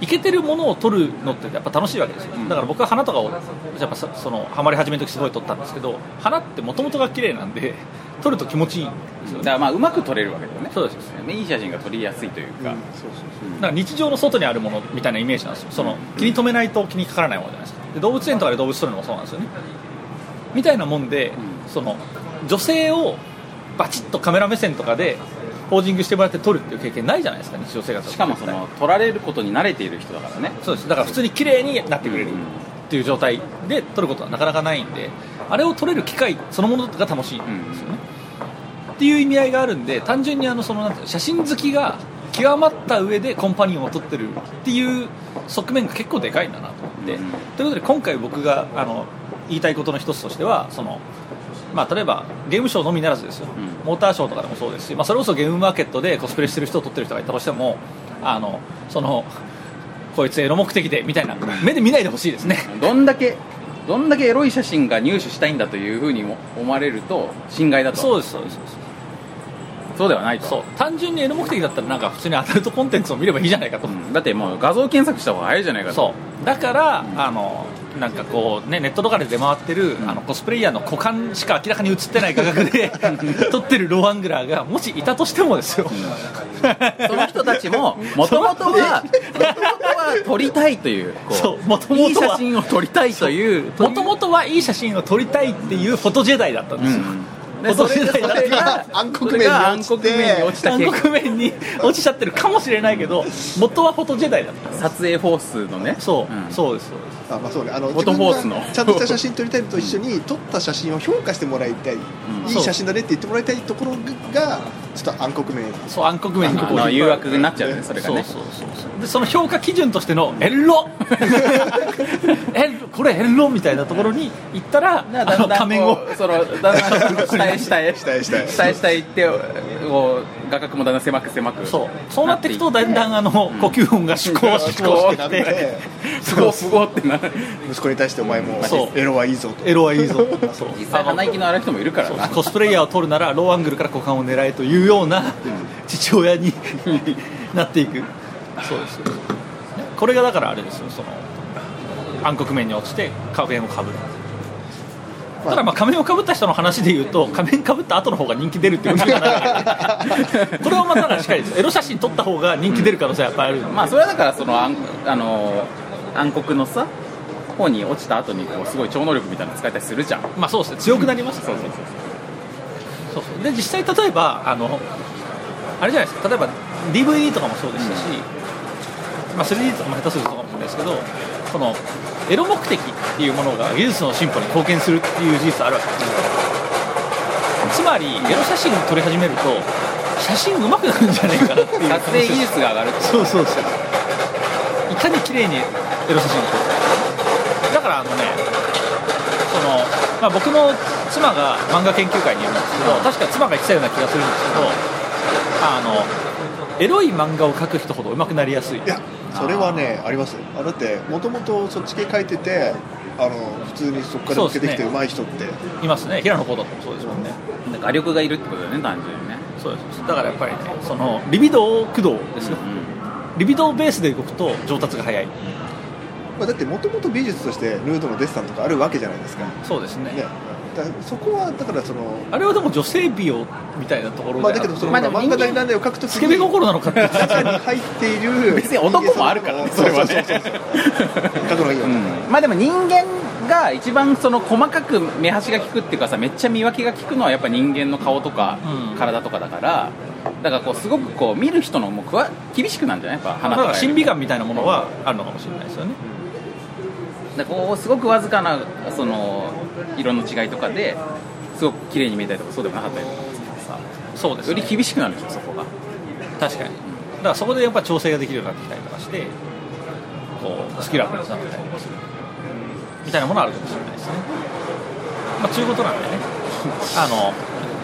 Speaker 3: イケてるものを撮るのってやっぱ楽しいわけですよ、
Speaker 2: うん
Speaker 3: だから僕は花とかをやっぱそそのハマり始めの時すごい撮ったんですけど花ってもともとが綺麗なんで撮ると気持ちいいんですよ
Speaker 2: だからまあうまく撮れるわけだよね
Speaker 3: そうです
Speaker 2: ねいい写真が撮りやすいというか、
Speaker 4: うんそうそうそう
Speaker 3: なんか日常の外にあるものみたいなイメージなんですよその気に留めないと気にかからないものじゃないですかで動物園とかで動物撮るのもそうなんですよねみたいなもんで、
Speaker 2: う
Speaker 3: その女性をバチッとカメラ目線とかでポージングしてもらって撮るっていう経験ないじゃないですか日常生活だと
Speaker 2: しかもその撮られることに慣れている人だからね
Speaker 3: そうですだから普通に綺麗になってくれるっていう状態で撮ることはなかなかないんであれを撮れる機会そのものが楽しいんですよね、っていう意味合いがあるんで単純にあのそのなんていうの写真好きが極まった上でコンパニオンを撮ってるっていう側面が結構でかいんだなと思って、
Speaker 2: うん
Speaker 3: ということで今回僕があの言いたいことの一つとしてはその、まあ、例えばゲームショーのみならずですよ、
Speaker 2: うん
Speaker 3: モーターショーとかでもそうですし、まあ、それこそゲームマーケットでコスプレしてる人を撮ってる人がいたとしてもあのそのこいつエロ目的でみたいな目で見ないでほしいです ね
Speaker 2: どんだけどんだけエロい写真が入手したいんだというふうにも思われると侵害だと
Speaker 3: そうですそうですそうです
Speaker 2: そうではないと
Speaker 3: そう単純にエロ目的だったらなんか普通にアダルトコンテンツを見ればいいじゃないかと、
Speaker 2: うんだってもう画像検索した方が早いじゃないかと
Speaker 3: そうだから、あのなんかこうねネットとかで出回ってる、あのコスプレイヤーの股間しか明らかに映ってない画角 で撮ってるローアングラーがもしいたとしてもですよ、
Speaker 2: その人たち ももともとはもとは撮りたいというこ
Speaker 3: そう元々はい
Speaker 2: い写真を撮りたいという
Speaker 3: もともとはいい写真を撮りたいっていうフォトジェダイだったんです
Speaker 2: う
Speaker 3: よ、
Speaker 2: んでそれでそれが
Speaker 4: 暗黒
Speaker 2: それ
Speaker 4: 面に
Speaker 2: が
Speaker 4: 落
Speaker 2: 暗
Speaker 4: ちて
Speaker 2: 黒面に落ちた
Speaker 3: 韓
Speaker 2: 結果
Speaker 3: 国面に落ちちゃってるかもしれないけど元はフォトジェダイだった
Speaker 2: 撮影フォースのね
Speaker 3: そう、
Speaker 2: ん
Speaker 3: そうですそうです
Speaker 4: あまあそうねあの
Speaker 2: フォトフォースの
Speaker 4: 自分がちゃんとした写真撮りたいのと一緒に撮った写真を評価してもらいたい、いい
Speaker 3: そう
Speaker 4: 写真だねって言ってもらいたいところがちょっと暗黒面
Speaker 3: そう暗黒面に
Speaker 2: あの誘惑になっちゃうねそれがね
Speaker 3: そうそうそうそうでその評価基準としてのエ ロエロこれエロみたいなところに行ったら
Speaker 2: だ
Speaker 3: あ
Speaker 2: ん
Speaker 3: の
Speaker 2: だ
Speaker 3: 仮
Speaker 2: ん
Speaker 3: 面
Speaker 2: こ
Speaker 3: を
Speaker 2: うそのだんだん 下へ下へ
Speaker 4: 下へ下へ
Speaker 2: 下へ下へ行ってこう画角もだんだん狭く狭く
Speaker 3: そうそうなっていくとだんだんあの呼吸音が趣向趣向してきて
Speaker 2: す ごいすごいってなる
Speaker 4: 息子に対してお前も
Speaker 3: そう
Speaker 4: エロはいいぞと
Speaker 3: エロはいいぞそう
Speaker 2: 実際
Speaker 3: あ
Speaker 2: 鼻
Speaker 3: の
Speaker 2: 息の荒い人もいるからな
Speaker 3: コスプレイヤーを取るならローアングルから股間を狙えというような父親に なっていくそうですこれがだからあれですよその暗黒面に落ちて仮面をかぶる
Speaker 4: まあ
Speaker 3: ただまあ仮面をかぶった人の話で言うと仮面かぶった後の方が人気出るっていうことにな るこれはまた確かにですエロ写真撮った方が人気出る可能性はやっぱりある、
Speaker 2: まあそれはだからそのあんあの暗黒のさ方に落ちた後にこうすごい超能力みたいなの使えたりするじゃん
Speaker 3: まあそうですね強くなります
Speaker 2: そうそうそう
Speaker 3: そうそうで実際例えばあのあれじゃないですか例えば DVD とかもそうでしたし、まあ、3D とかも下手するとかもそうですけどそのエロ目的っていうものが技術の進歩に貢献するっていう事実あるわけですよつまりエロ写真を撮り始めると写真上手くなるんじゃないかなっていう
Speaker 2: 撮影技術が上がると
Speaker 3: そうそうそういかに綺麗にエロ写真を撮るかだからあのねその、まあ、僕の妻が漫画研究会にいるんですけど確か妻が言ってたような気がするんですけどあのエロい漫画を描く人ほど上手くなりやすい
Speaker 4: いやそれはねありますよあだってもともとそっち系書いててあの普通にそこから抜けてきて
Speaker 3: そう
Speaker 4: 上手い人って、
Speaker 3: いますね平野幸太とかもそうですもんね
Speaker 2: 画力がいるってことだよね単純にね
Speaker 3: そうですだからやっぱりねそのリビドー駆動ですよ、リビドーベースで動くと上達が早い
Speaker 4: まあ、だってもともと美術としてヌードのデッサンとかあるわけじゃないですか、ね、
Speaker 3: そうですね
Speaker 4: だからそこはだからその
Speaker 3: あれはでも女性美容みたいなところで、
Speaker 4: まあだけどその、
Speaker 2: まあでも
Speaker 4: 漫
Speaker 2: 人間
Speaker 4: 画大なんだよ書くとき
Speaker 3: スケベ
Speaker 4: に
Speaker 3: 心なのかっていう
Speaker 4: 中に入っている
Speaker 2: 別に男もあるからねそれはね
Speaker 4: そうそうそうそう書くのがいいよ、ね
Speaker 2: まあでも人間が一番その細かく目端が効くっていうかさめっちゃ見分けが効くのはやっぱ人間の顔とか
Speaker 3: うん
Speaker 2: 体とかだから、だからこうすごくこう見る人のもうくわ厳しくなんじゃないやっぱ鼻
Speaker 3: だ
Speaker 2: と
Speaker 3: から
Speaker 2: か
Speaker 3: 審美眼みたいなものはあるのかもしれないですよね、
Speaker 2: だからこうすごくわずかなその色の違いとかですごく綺麗に見えたりとかそうでもなかったりとかさ
Speaker 3: そうです
Speaker 2: よ
Speaker 3: ね、
Speaker 2: り厳しくなるでしょそこが
Speaker 3: 確かにだからそこでやっぱ調整ができるようになってきたりとかしてこうスキルアップにつながったりとかするみたいなものはあるかもしれないですねまあ中古となんでねあ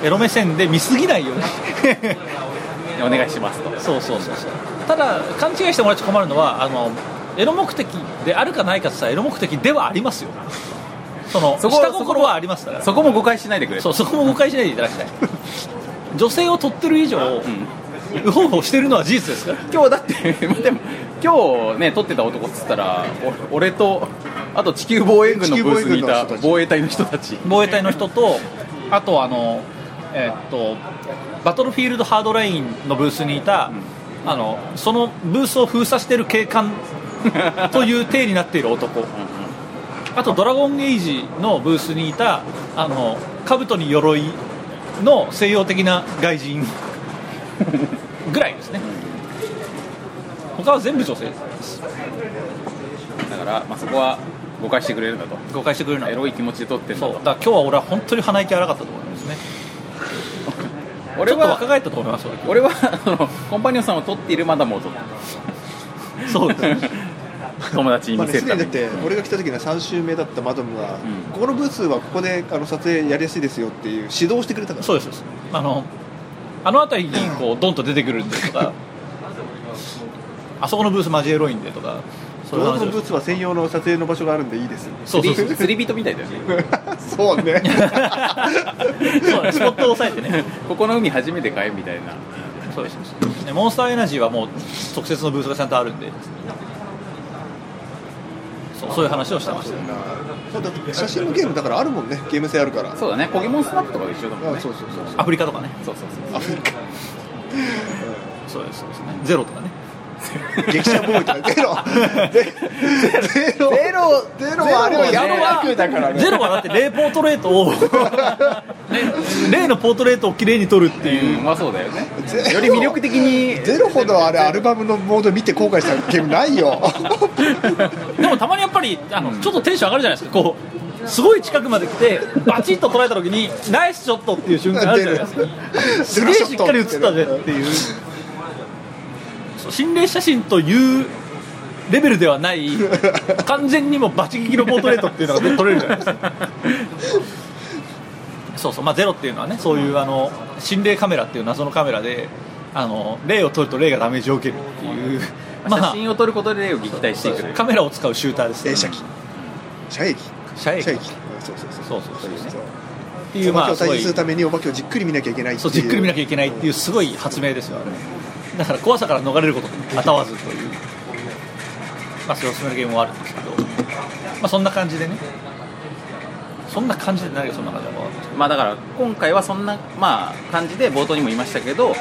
Speaker 3: のエロ目線で見すぎないように
Speaker 2: お願いしますと
Speaker 3: そうそうそうそうただ勘違いしてもらっちゃ困るのはあのエロ目的であるかないかって言ったらエロ目的ではありますよその
Speaker 2: そこ
Speaker 3: 下心はありますから
Speaker 2: そこも誤解しないでくれ
Speaker 3: そうそこも誤解しないでいただきたい女性を取ってる以上
Speaker 2: うん
Speaker 3: うほうほしてるのは事実ですから
Speaker 2: 今日だって まあでも今日ね撮ってた男っつったらお俺とあと地球防衛軍のブースにいた
Speaker 4: 地球防
Speaker 2: 防衛
Speaker 4: 衛軍の人たち
Speaker 2: 隊の人たち
Speaker 3: 防衛隊の人とあとあのえーっとバトルフィールドハードラインのブースにいた、あのそのブースを封鎖してる警官という体になっている男あと「ドラゴンエイジ」のブースにいたあの兜に鎧の西洋的な外人ぐらいですね他は全部女性です
Speaker 2: だから、まあ、そこは誤解してくれるんだと
Speaker 3: 誤解してくれるの
Speaker 2: エ
Speaker 3: は
Speaker 2: ロい気持ちで撮ってるんだ
Speaker 3: そう
Speaker 2: と
Speaker 3: だから今日は俺は本当に鼻息荒かったと思いますね
Speaker 2: 俺
Speaker 3: ちょっと若
Speaker 2: は
Speaker 3: 返ったと思います
Speaker 2: 俺
Speaker 3: 俺
Speaker 2: はあのコンパニオンさんを撮っているマダムを撮っ
Speaker 3: そうですね
Speaker 2: 友達に
Speaker 4: まあ
Speaker 2: 見
Speaker 4: ね
Speaker 2: せ
Speaker 4: す
Speaker 2: る
Speaker 4: で
Speaker 2: た
Speaker 4: に
Speaker 2: め
Speaker 4: だっ
Speaker 2: に
Speaker 4: て俺が来た時の3週目だったマダムは、
Speaker 2: うん
Speaker 4: ここのブースはここであの撮影やりやすいですよっていう指導をしてくれたから
Speaker 3: そうですそうですあのあの辺りにこうドンと出てくるんでとかあそこのブースマジエロいんでとかそういう
Speaker 4: ドラ
Speaker 3: 話
Speaker 4: ゴン
Speaker 3: を
Speaker 4: ブースは専用の撮影の場所があるんでい いですよ
Speaker 3: そうそうそう
Speaker 2: 釣り人みたいだよね
Speaker 4: そうね
Speaker 3: そうスポットを押さえてね
Speaker 2: ここの海初めてかいみたいな
Speaker 3: そうですそうですねモンスターエナジーはもう直接のブースがちゃんとあるんでそうそういう話をしてましたね
Speaker 4: そうだって写真のゲームだからあるもんねゲーム性あるから
Speaker 2: そうだねポケモンスナップとかで一緒だもん
Speaker 4: あ
Speaker 2: ね
Speaker 4: そうそうそうそう
Speaker 3: アフリカとかね
Speaker 2: そうそうそう
Speaker 4: アフリカ
Speaker 3: そうですそうですねゼロとかね
Speaker 4: 激写ボーイとかゼロゼロゼロゼロはあれはやばくだからね
Speaker 3: ゼロはだって例ポートレート をね例のポートレートを綺麗に撮るっていう
Speaker 2: うんまあそうだよね
Speaker 4: ゼロ
Speaker 2: より魅力的に
Speaker 4: ゼロほどあれアルバムのモード見て後悔したゲームな いよ
Speaker 3: でもたまにやっぱりあの、ちょっとテンション上がるじゃないですかこうすごい近くまで来てバチッと捉えた時にナイスショットっていう瞬間あるじゃないですかすげえしっかり映ったぜっていうそう心霊写真というレベルではない完全にもうバチ撃きのポートレートっていうのが撮れるじゃないですかそうそうまあゼロっていうのはねそういうあの心霊カメラっていう謎のカメラであの霊を撮ると霊がダメージを受けるっていうま
Speaker 2: 写
Speaker 3: あ
Speaker 2: 真を撮ることで霊を撃退していく
Speaker 3: カメラを使うシューターですね
Speaker 4: 映写機射撃
Speaker 3: 射撃
Speaker 4: 射撃そうそうそ
Speaker 3: そ
Speaker 4: う
Speaker 3: うそうそうですね
Speaker 4: そう
Speaker 3: っていう
Speaker 4: お化
Speaker 3: ま
Speaker 4: け
Speaker 3: あ
Speaker 4: を
Speaker 3: す
Speaker 4: 退
Speaker 3: ご
Speaker 4: 治
Speaker 3: い
Speaker 4: するためにお化けをじっくり見なきゃいけないってい
Speaker 3: そううじっくり見なきゃいけないっていうすごい発明ですよあれだから怖さから逃れることあたわずというまあそういうおすすめのゲームもあるんですけどまあそんな感じでねそんな感じで何がそんな感じなのか
Speaker 2: まあだから今回はそんなまあ感じで冒頭にも言いましたけど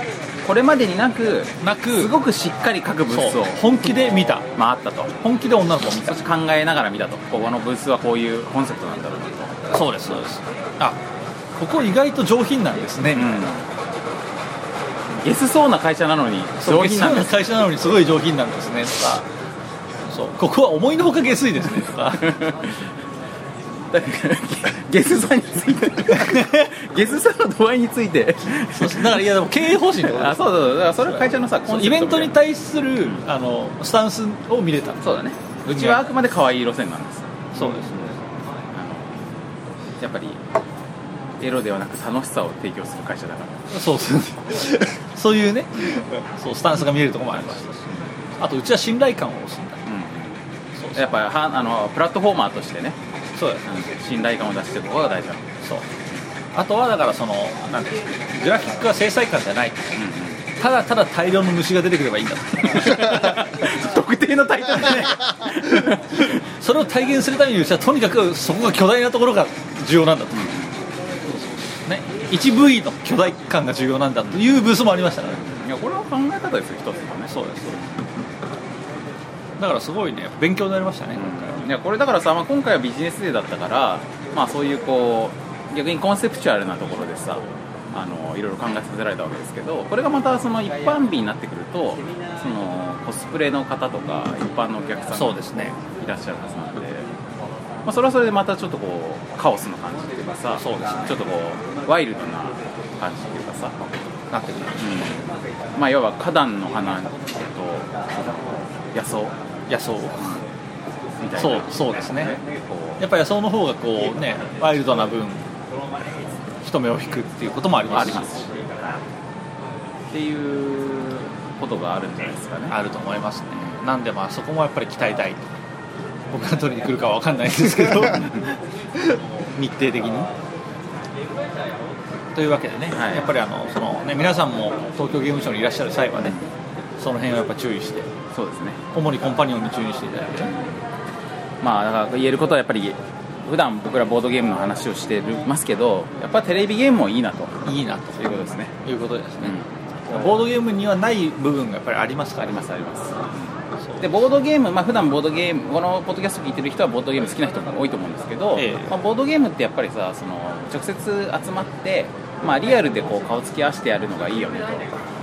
Speaker 2: これまでになく
Speaker 3: なく
Speaker 2: すごくしっかり各ブース
Speaker 3: そう
Speaker 2: を
Speaker 3: 本気で見た
Speaker 2: まああったと
Speaker 3: 本気で女の子を見
Speaker 2: そ
Speaker 3: た
Speaker 2: して考えながら見たとここのブースはこういうコンセプトなんだろうなと
Speaker 3: そうですそうですあここ意外と上品なんですね、
Speaker 2: うんゲスそうな会社なのに
Speaker 3: そう
Speaker 2: 上品なんで
Speaker 3: な
Speaker 2: す
Speaker 3: 会社なのにすごい上品なんですねとかそうここは思いのほか下水ですねとか
Speaker 2: だからゲスさについてゲスさの度合いについて
Speaker 3: そうだからいやでも経営方針とか
Speaker 2: あそうそうそうだからそれは会社のさコンセプト
Speaker 3: イベントに
Speaker 2: みたい
Speaker 3: 対するあのスタンスを見れた
Speaker 2: なそうだねうちはあくまで可愛い路線なんです
Speaker 3: そうですね
Speaker 2: やっぱりエロではなく楽しさを提供する会社だから
Speaker 3: そうですねそういうねそうスタンスが見れるところもありましたしあとうちは信頼感を押すんだそう
Speaker 2: やっぱはあのプラットフォーマーとしてね、
Speaker 3: そうですね
Speaker 2: うん信頼感を出していくことが大事だ、
Speaker 3: そうあとはだからそのなんていうんですかグラフィックは制裁感じゃないただただ大量の虫が出てくればいいんだ と
Speaker 2: 特定のタイトルでね
Speaker 3: それを体現するためにうちはとにかくそこが巨大なところが重要なんだと、ね、1部位の巨大感が重要なんだというブースもありましたからね
Speaker 2: いやこれは考え方ですよ一つのね
Speaker 3: そうですそうですだからすごいね勉強になりましたね、
Speaker 2: うんいやこれだからさ、まあ、今回はビジネスデーだったから、まあ、そういうこう逆にコンセプチュアルなところでさあのいろいろ考えさせられたわけですけどこれがまたその一般日になってくるとそのコスプレの方とか一般のお客さん
Speaker 3: そうですね
Speaker 2: いらっしゃるはずなんで、まあ、それはそれでまたちょっとこうカオスの感じっていうかさ
Speaker 3: そうですね
Speaker 2: ちょっとこうワイルドな感じっていうかさ、
Speaker 3: なってくる
Speaker 2: うんまあいわば花壇の花と野草
Speaker 3: 野草
Speaker 2: みたいな
Speaker 3: そうそうですね
Speaker 2: こう
Speaker 3: やっぱ野草の方がこうねワイルドな分人目を引くっていうこともありま
Speaker 2: あ
Speaker 3: す
Speaker 2: り
Speaker 3: し
Speaker 2: ますっていうことがあるんじゃないですかね
Speaker 3: あると思いますねなんでまあそこもやっぱり鍛えたい僕が取りに来るかは分かんないですけ ど日程的にというわけでね、
Speaker 2: はい
Speaker 3: やっぱりあのその、ね、皆さんも東京ゲームショウにいらっしゃる際はねその辺はやっぱ注意して
Speaker 2: そうですね
Speaker 3: 主にコンパニオンに注意していただいて
Speaker 2: まあだから言えることはやっぱり普段僕らボードゲームの話をしてますけどやっぱテレビゲームもいいなと
Speaker 3: いいなと
Speaker 2: いうことですね、
Speaker 3: いうことです
Speaker 2: う
Speaker 3: ね、
Speaker 2: ん、
Speaker 3: ボードゲームにはない部分がやっぱりありますから
Speaker 2: ありますありますでボードゲーム、まあ普段ボードゲームこのポッドキャスト聞いてる人はボードゲーム好きな人が多いと思うんですけど、
Speaker 3: ええ
Speaker 2: まあ、ボードゲームってやっぱりさその直接集まって、まあ、リアルでこう顔つき合わせてやるのがいいよねと、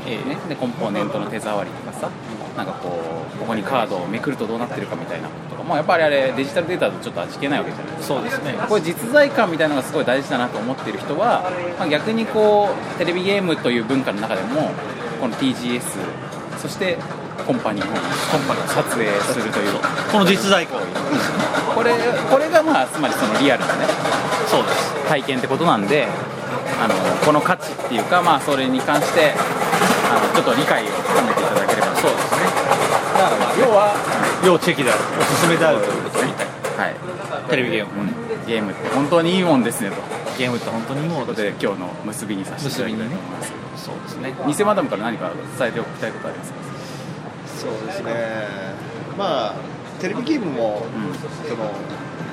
Speaker 2: ええね、でコンポーネントの手触りとかさなんかこうここにカードをめくるとどうなってるかみたいなこととか、まあ、やっぱりあれデジタルデータだとちょっと味気ないわけじゃないですか
Speaker 3: そうですね
Speaker 2: こういう実在感みたいなのがすごい大事だなと思ってる人は、まあ、逆にこうテレビゲームという文化の中でもこの TGS そしてコンパニーコンパニーを撮影するという
Speaker 3: この実在行為
Speaker 2: これこれがまあつまりそのリアルなね
Speaker 3: そうです
Speaker 2: 体験ってことなんであのこの価値っていうかまあそれに関してあのちょっと理解を深めていただければそうですねだからまあ要は、
Speaker 3: 要チェキであるおすすめであるということですね
Speaker 2: はい、
Speaker 3: テレビゲームもね
Speaker 2: ゲームって本当にいいもんですねという
Speaker 3: ゲームって本当にいいも
Speaker 2: こ
Speaker 3: の
Speaker 2: と
Speaker 3: で
Speaker 2: で今日の結びにさせていただきたいと思います
Speaker 3: そうですね
Speaker 2: 偽マダムから何か伝えておきたいことありますか、
Speaker 4: そうですねまあテレビゲームも、その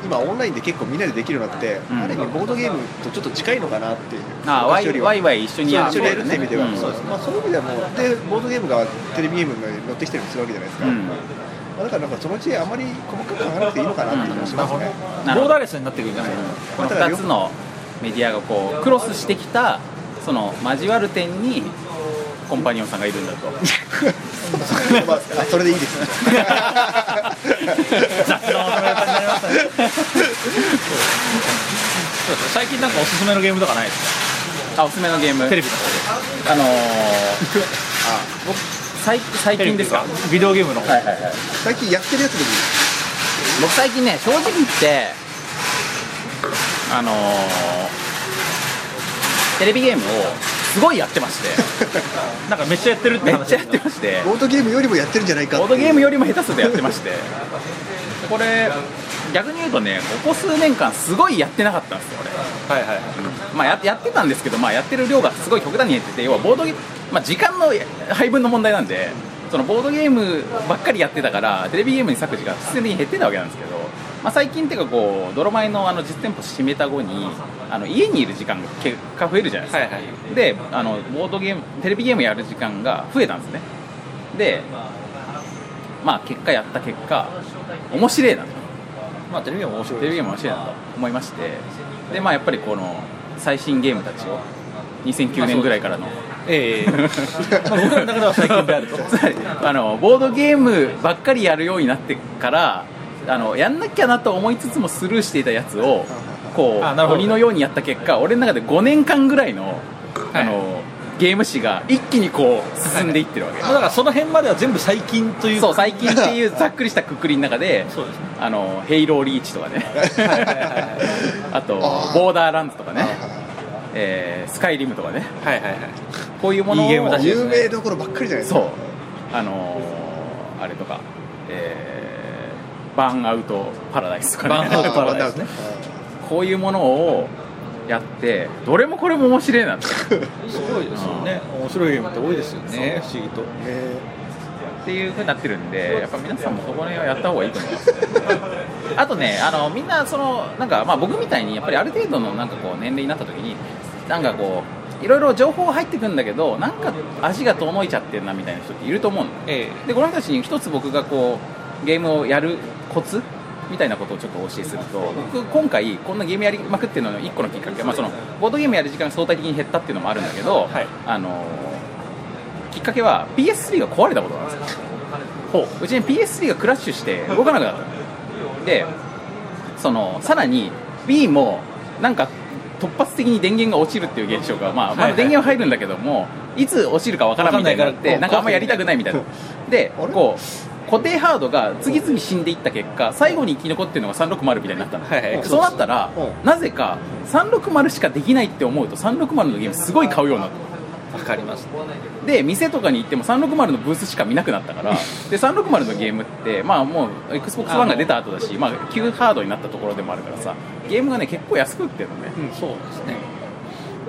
Speaker 4: 今オンラインで結構みんなでできるようになって、
Speaker 2: うん
Speaker 4: ある意味ボードゲームとちょっと近いのかなっていう
Speaker 2: ああワ
Speaker 4: 昔よ
Speaker 2: イ
Speaker 4: り
Speaker 2: ワ
Speaker 4: は
Speaker 2: イワイ一緒にやる
Speaker 4: そう一緒にやるって意味では、
Speaker 2: うん
Speaker 4: そうですまあ、そういう意味ではもうでボードゲームがテレビゲームに乗ってきたりもするわけじゃないですか、
Speaker 2: うん
Speaker 4: まあ、だからなんかそのうちあまり細かく考えなくていいのかなって気もしますね、
Speaker 2: なる
Speaker 3: ボ
Speaker 2: ほど
Speaker 3: ーダーレスになってくるんじゃないか
Speaker 2: この
Speaker 3: な
Speaker 2: 2つのメディアがこうクロスしてきたその交わる点にコンパニオンさんがいるんだと
Speaker 4: まあ、あそれでいいですね
Speaker 3: 雑なまとめ方になりましたねそうそうです最近なんかおすすめのゲームとかないです
Speaker 2: あおすすめのゲーム
Speaker 3: かテレビの方
Speaker 2: あのー、あ僕最最
Speaker 3: でテレ
Speaker 2: 近
Speaker 3: ビ
Speaker 2: ですか
Speaker 3: っていうビデオゲームの方、
Speaker 2: はいはいはい
Speaker 4: 最近やってるやつでもいい
Speaker 2: 僕最近ね正直言ってあのー、テレビゲームをすごいやってまして
Speaker 3: なんかめっちゃやってるって
Speaker 2: め
Speaker 3: 話
Speaker 2: っ ちゃやってまして
Speaker 4: ボードゲームよりもやってるんじゃないか
Speaker 2: ボー
Speaker 4: って
Speaker 2: ド
Speaker 4: いう
Speaker 2: ゲームよりも下手すでやってましてこれ逆に言うとねここ数年間すごいやってなかったんですよ
Speaker 3: はいはい
Speaker 2: 俺、まあ、ややってたんですけど、まあ、やってる量がすごい極端に減ってて要はボードゲーム、まあ、時間の配分の問題なんでそのボードゲームばっかりやってたからテレビゲームに割く時間が普通に減ってたわけなんですけど、まあ、最近っていうかこう泥米のあの実店舗閉めた後にあの家にいる時間が結果増えるじゃないですか、
Speaker 3: はいはい
Speaker 2: であのボードゲームテレビゲームやる時間が増えたんですねでまあ結果やった結果面白いなと
Speaker 3: まあテレビゲーム面白い
Speaker 2: テレビゲーム面白いなと思いましてでまあやっぱりこの最新ゲームたちを2009年ぐらいからの
Speaker 3: ええまあ僕らの中 では最近で あると
Speaker 2: つまりあのボードゲームばっかりやるようになってからあのやんなきゃなと思いつつもスルーしていたやつをこ
Speaker 3: あな
Speaker 2: う
Speaker 3: るほど
Speaker 2: 鬼のようにやった結果俺の中で5年間ぐらいの,、
Speaker 3: は
Speaker 2: あ
Speaker 3: い
Speaker 2: のゲーム史が一気にこう進んでいってるわけ、
Speaker 3: まあだからその辺までは全部最近という
Speaker 2: そう最近っていうざっくりしたくくりの中で
Speaker 3: そうですね
Speaker 2: あのヘイローリーチとかねあと
Speaker 4: あー
Speaker 2: ボーダーランズとかね
Speaker 4: はいはい
Speaker 2: えースカイリムとかね
Speaker 3: はいはいはい
Speaker 2: こういうものを
Speaker 3: いいゲームだし
Speaker 4: 有名どころばっかりじゃないですか
Speaker 2: そうあのーあれとか、えーバーンアウトパラダイスとか
Speaker 3: バーンアウト
Speaker 2: ね
Speaker 3: パラダイスね
Speaker 2: こういうものをやってどれもこれも面白いなって
Speaker 3: すごいですよね面白いゲームって多いですよね不思議と
Speaker 4: え
Speaker 2: っていう風になってるんで、やっぱ皆さんもそこら辺はやった方がいいと思い ます。あとね、あのみんなそのなんかまあ僕みたいにやっぱりある程度のなんかこう年齢になった時に、なんかこういろいろ情報入ってくんだけど、なんか足が遠のいちゃってるなみたいな人っていると思うの。
Speaker 3: え
Speaker 2: でこの人たちに一つ僕がこうゲームをやるコツみたいなことをちょっとお教えすると僕今回こんなゲームやりまくってるのの一個のきっかけは、まあ、そのボードゲームやる時間が相対的に減ったっていうのもあるんだけど、
Speaker 3: はい
Speaker 2: あのきっかけは PS3 が壊れたことなんですよほううちに PS3 がクラッシュして動かなくなったのでそのさらに B もなんか突発的に電源が落ちるっていう現象が、まあ、ま
Speaker 3: はい
Speaker 2: だ
Speaker 3: はい
Speaker 2: 電源は入るんだけどもいつ落ちるかわからんみたいになっ
Speaker 3: わかんないか
Speaker 2: て
Speaker 3: ら
Speaker 2: なんかあんまやりたくないみたいなで
Speaker 4: あれ
Speaker 2: こう固定ハードが次々死んでいった結果最後に生き残ってるのが360みたいになったの、
Speaker 3: はいはい
Speaker 2: そうなったら
Speaker 4: う
Speaker 2: なぜか360しかできないって思うと360のゲームすごい買うようになった
Speaker 3: えわかります
Speaker 2: で店とかに行っても360のブースしか見なくなったからで360のゲームって、まあ、もう XBOX1 が出た後だし、まあ、旧ハードになったところでもあるからさゲームがね結構安く売ってるのね
Speaker 3: うんそうですね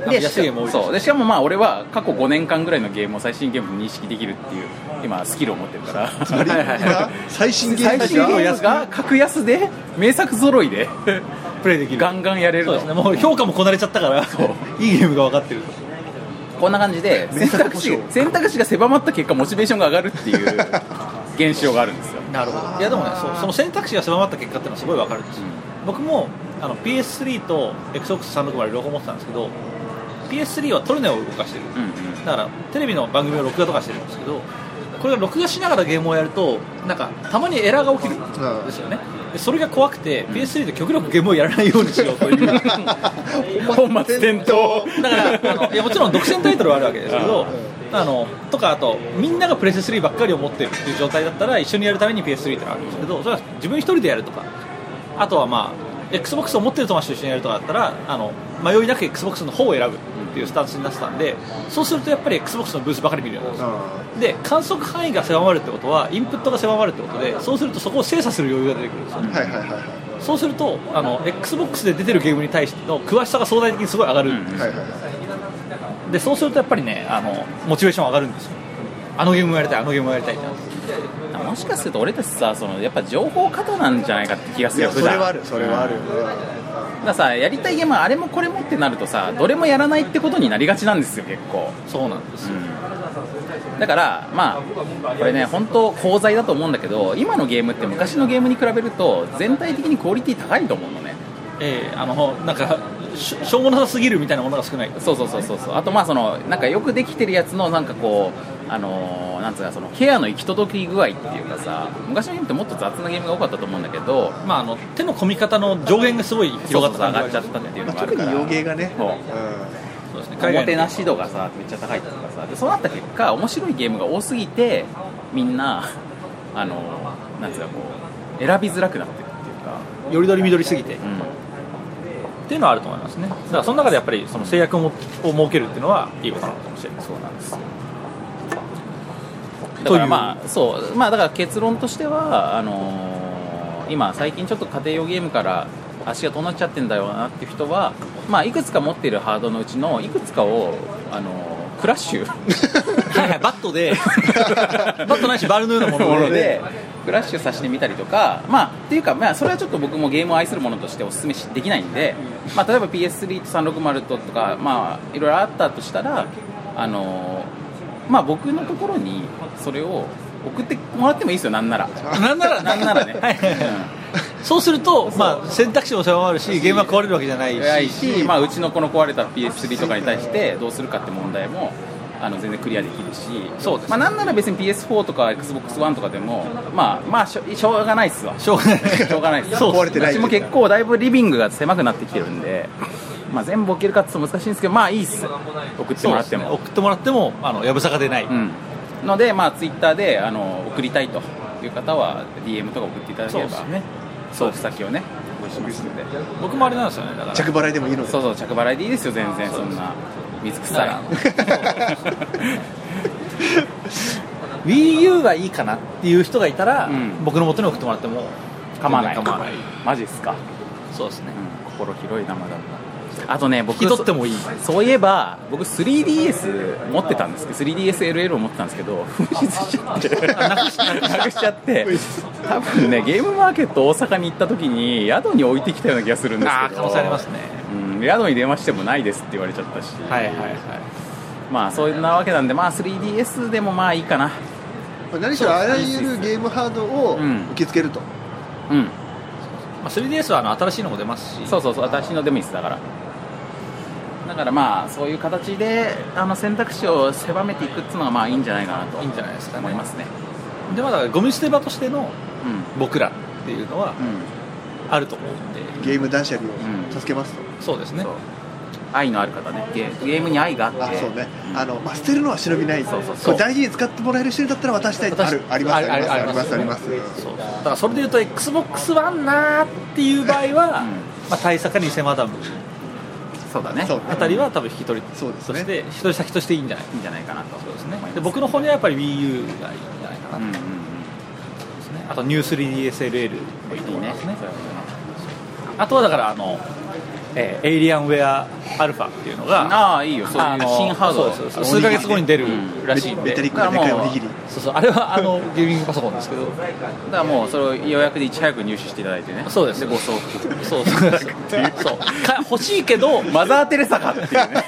Speaker 3: あ
Speaker 2: で
Speaker 3: 安いゲーム多いです
Speaker 2: そうでしかもまあ俺は過去5年間ぐらいのゲームを最新ゲームに認識できるっていう今スキルを持ってるから
Speaker 4: つまり今最新ゲー
Speaker 2: 最
Speaker 4: ム
Speaker 2: 新ゲーム
Speaker 4: が
Speaker 2: が格安で名作揃いで
Speaker 3: プレイできる
Speaker 2: ガンガンやれる
Speaker 3: そう
Speaker 2: と
Speaker 3: ですねもう評価もこなれちゃったから いいゲームが分かってる
Speaker 2: こんな感じで選択肢選択肢が狭まった結果モチベーションが上がるっていう現象があるんですよ
Speaker 3: なるほどいやでもねそうその選択肢が狭まった結果っていうのはすごい分かるんですよ、僕もあの PS3 と XBOX360 両方持ってたんですけど PS3 はトルネを動かしてる
Speaker 2: うんうん
Speaker 3: だからテレビの番組を録画とかしてるんですけどこれが録画しながらゲームをやるとなんかたまにエラーが起きるんですよねでそれが怖くて PS3 で極力ゲームをやらないようにしようというだか
Speaker 2: 本末転倒
Speaker 3: らあのいやもちろん独占タイトルはあるわけですけどあのとかあとみんながプレステ3ばっかりを持ってるっていう状態だったら一緒にやるために PS3 ってのがあるんですけどそれは自分一人でやるとかあとはまあ XBOX を持ってる友達と一緒にやるとかだったらあの迷いなく XBOX の方を選ぶっていうスタンスになってたんでそうするとやっぱり XBOX のブースばかり見るようになるんですよで観測範囲が狭まるってことはインプットが狭まるってことでそうするとそこを精査する余裕が出てくるんですよ、ね
Speaker 4: はいはいはいはい
Speaker 3: そうするとあの XBOX で出てるゲームに対しての詳しさが相対的にすごい上がる、
Speaker 2: うん
Speaker 4: はいはいはい
Speaker 3: でそうするとやっぱりねあのモチベーション上がるんですよあのゲームをやりたいあのゲームをやりたいってなって
Speaker 2: もしかすると俺たちさそのやっぱ情報過多なんじゃないかって気がす
Speaker 4: い
Speaker 2: るよ
Speaker 4: やそれはあ
Speaker 2: 普
Speaker 4: る
Speaker 2: 段
Speaker 4: それはある
Speaker 2: うんだ
Speaker 4: う
Speaker 2: からさやりたいゲームはあれもこれもってなるとさどれもやらないってことになりがちなんですよ結構
Speaker 3: そうなんですよ、
Speaker 2: だからまあこれね本当功罪だと思うんだけど今のゲームって昔のゲームに比べると全体的にクオリティ高いと思うのね
Speaker 3: ええあのなんかしょしょうもなさすぎるみたいなものが少ない
Speaker 2: そうそうそうそうそうあとまあそのなんかよくできてるやつのなんかこうあのーなんつうかそのケアの行き届き具合っていうかさ昔のゲームってもっと雑なゲームが多かったと思うんだけど
Speaker 3: まあ、あの手の込み方の上限がすごい広が
Speaker 2: 広が
Speaker 3: った
Speaker 2: 上
Speaker 3: 感じ
Speaker 2: がっ
Speaker 3: が
Speaker 2: ちゃったっていうんのが
Speaker 4: まあ
Speaker 2: ある
Speaker 4: 特
Speaker 2: か
Speaker 4: に
Speaker 2: ら
Speaker 4: 洋芸がね
Speaker 2: そう
Speaker 4: う
Speaker 3: そうです
Speaker 2: おも
Speaker 3: ね海外
Speaker 2: て
Speaker 3: の
Speaker 2: なし度がさめっちゃ高いとかさでそうなった結果面白いゲームが多すぎてみんなあのなんつうかこう選びづらくなってるっていうか、
Speaker 3: よりどりみどりすぎて
Speaker 2: うん、
Speaker 3: っていうのはあると思いますねだからその中でやっぱりその制約をもを設けるっていうのはいいことなのかもしれないそうなんです
Speaker 2: だからまあそうまあだから結論としてはあのー今最近ちょっと家庭用ゲームから足が遠なっちゃってんだよなっていう人はまあいくつか持っているハードのうちのいくつかをあのークラッシュ
Speaker 3: はいはいバッ トでバットないしバルのようなも
Speaker 2: も
Speaker 3: の
Speaker 2: の
Speaker 3: で
Speaker 2: でクラッシュさせてみたりとか、まあ、っていうか、まあ、それはちょっと僕もゲームを愛するものとしてお勧めしできないんで、まあ、例えば PS3 と360ととか、まあ、いろいろあったとしたら、あのまあ、僕のところにそれを送ってもらってもいいですよ、なんなら。
Speaker 3: なんなら
Speaker 2: なんならね、
Speaker 3: はいはいはいそうすると、まあ、選択肢も狭まるしゲームは壊れるわけじゃない
Speaker 2: うん、
Speaker 3: し
Speaker 2: 早いし、まあ、うちのこの壊れた PS3 とかに対してどうするかって問題も。あの全然クリアできるし、
Speaker 3: そうです
Speaker 2: まあ、なんなら別に PS4 とか XBOX1 とかでも、まあ、まあしょしょうがないっすわ、
Speaker 3: しょうがない
Speaker 2: しょうがないです
Speaker 3: そう
Speaker 4: 壊れてない
Speaker 2: 私も結構だいぶリビングが狭くなってきてるんで、まあ、全部置けるかって言うと難しいんですけどまあいいっす送ってもらって
Speaker 3: そうですね
Speaker 2: も
Speaker 3: 送ってもらってもあのやぶさが出ない、
Speaker 2: うんのでまあツイッターであの送りたいという方は DM とか送っていただけ
Speaker 3: そう
Speaker 2: れ
Speaker 3: で
Speaker 2: ば
Speaker 3: すね
Speaker 2: 送付先をねご一緒ますので
Speaker 3: 僕もあれなんですよねだから
Speaker 4: 着払いでもいいので
Speaker 2: そうそう着払いでいいですよ全然そんな水臭い
Speaker 3: だから WiiU がいいかなっていう人がいたら、
Speaker 2: うん
Speaker 3: 僕の元に送ってもらっても
Speaker 2: 構わない
Speaker 3: 全然構わない
Speaker 2: マジっすか、
Speaker 3: そうですね
Speaker 2: うん、心広いなまだあとね僕
Speaker 3: 引き取ってもいい
Speaker 2: そういえば僕 3DS 持ってたんですけど 3DSLL を持ってたんですけど紛失しちゃってなくしちゃって多分ねゲームマーケット大阪に行った時に宿に置いてきたような気がするんです
Speaker 3: ああ
Speaker 2: け
Speaker 3: 可
Speaker 2: ど
Speaker 3: 能性ありますね
Speaker 2: うん、宿に電話してもないですって言われちゃったし、
Speaker 3: はいはいはい
Speaker 2: まあそんなわけなんでまあ 3DS でもまあいいかな
Speaker 4: まあ何しろあらゆるゲームハードを
Speaker 2: うん
Speaker 4: 受け付けると
Speaker 2: うん
Speaker 3: まあ、3DS はあの新しいのも出ますし
Speaker 2: そうそうそう私のでもいいですだからだからまあそういう形であの選択肢を狭めていくっていうのがまあいいんじゃないかなと
Speaker 3: いいんじゃないですかね
Speaker 2: 思いますね
Speaker 3: でまあだからゴミ捨て場としての僕らっていうのは
Speaker 2: うんうん
Speaker 3: あると思うんで、
Speaker 4: ゲーム断捨離
Speaker 2: うん
Speaker 4: を助けますと、
Speaker 3: そうですね
Speaker 2: そう愛のある方ねゲゲームに愛があって
Speaker 4: あそうね、
Speaker 2: ん
Speaker 4: あのまあ、捨てるのは忍びない
Speaker 2: そうそうそう
Speaker 4: これ大事に使ってもらえる人だったら渡したいあるありますありますありますあります
Speaker 3: そうだからそれでいうと XBOX1 なーっていう場合は、
Speaker 2: うん
Speaker 3: まあ、対策にセマダム
Speaker 2: そうだね
Speaker 4: そうね
Speaker 3: あたりは多分引き取り
Speaker 4: そうです
Speaker 3: と
Speaker 4: ね
Speaker 3: して一人先としていいんじゃない
Speaker 2: いいんじゃないかなとそうですね
Speaker 3: で僕の方にはやっぱり WiiU がいいんじゃないか
Speaker 2: うん
Speaker 3: な
Speaker 2: うん
Speaker 3: と
Speaker 2: うん
Speaker 3: 思いますね、あと New3DSLL もいいと
Speaker 2: いい
Speaker 3: 思い
Speaker 2: ね
Speaker 3: ますねあとはだからあの、えーエイリアンウェアアルファっていうのが
Speaker 2: ああいいよそういう
Speaker 3: の
Speaker 2: 新ハード
Speaker 3: そうですそうです数ヶ月後に出るらしいん
Speaker 4: メ
Speaker 3: で、
Speaker 4: タリックのでかいおにぎり
Speaker 3: そうそうあれはあのゲーミングパソコンですけど
Speaker 2: だからもうそれを予約でいち早く入手していただいてね
Speaker 3: そうです
Speaker 2: でご送付
Speaker 3: そうそうそうそうか欲しいけど
Speaker 2: マザー・テレサかっていうね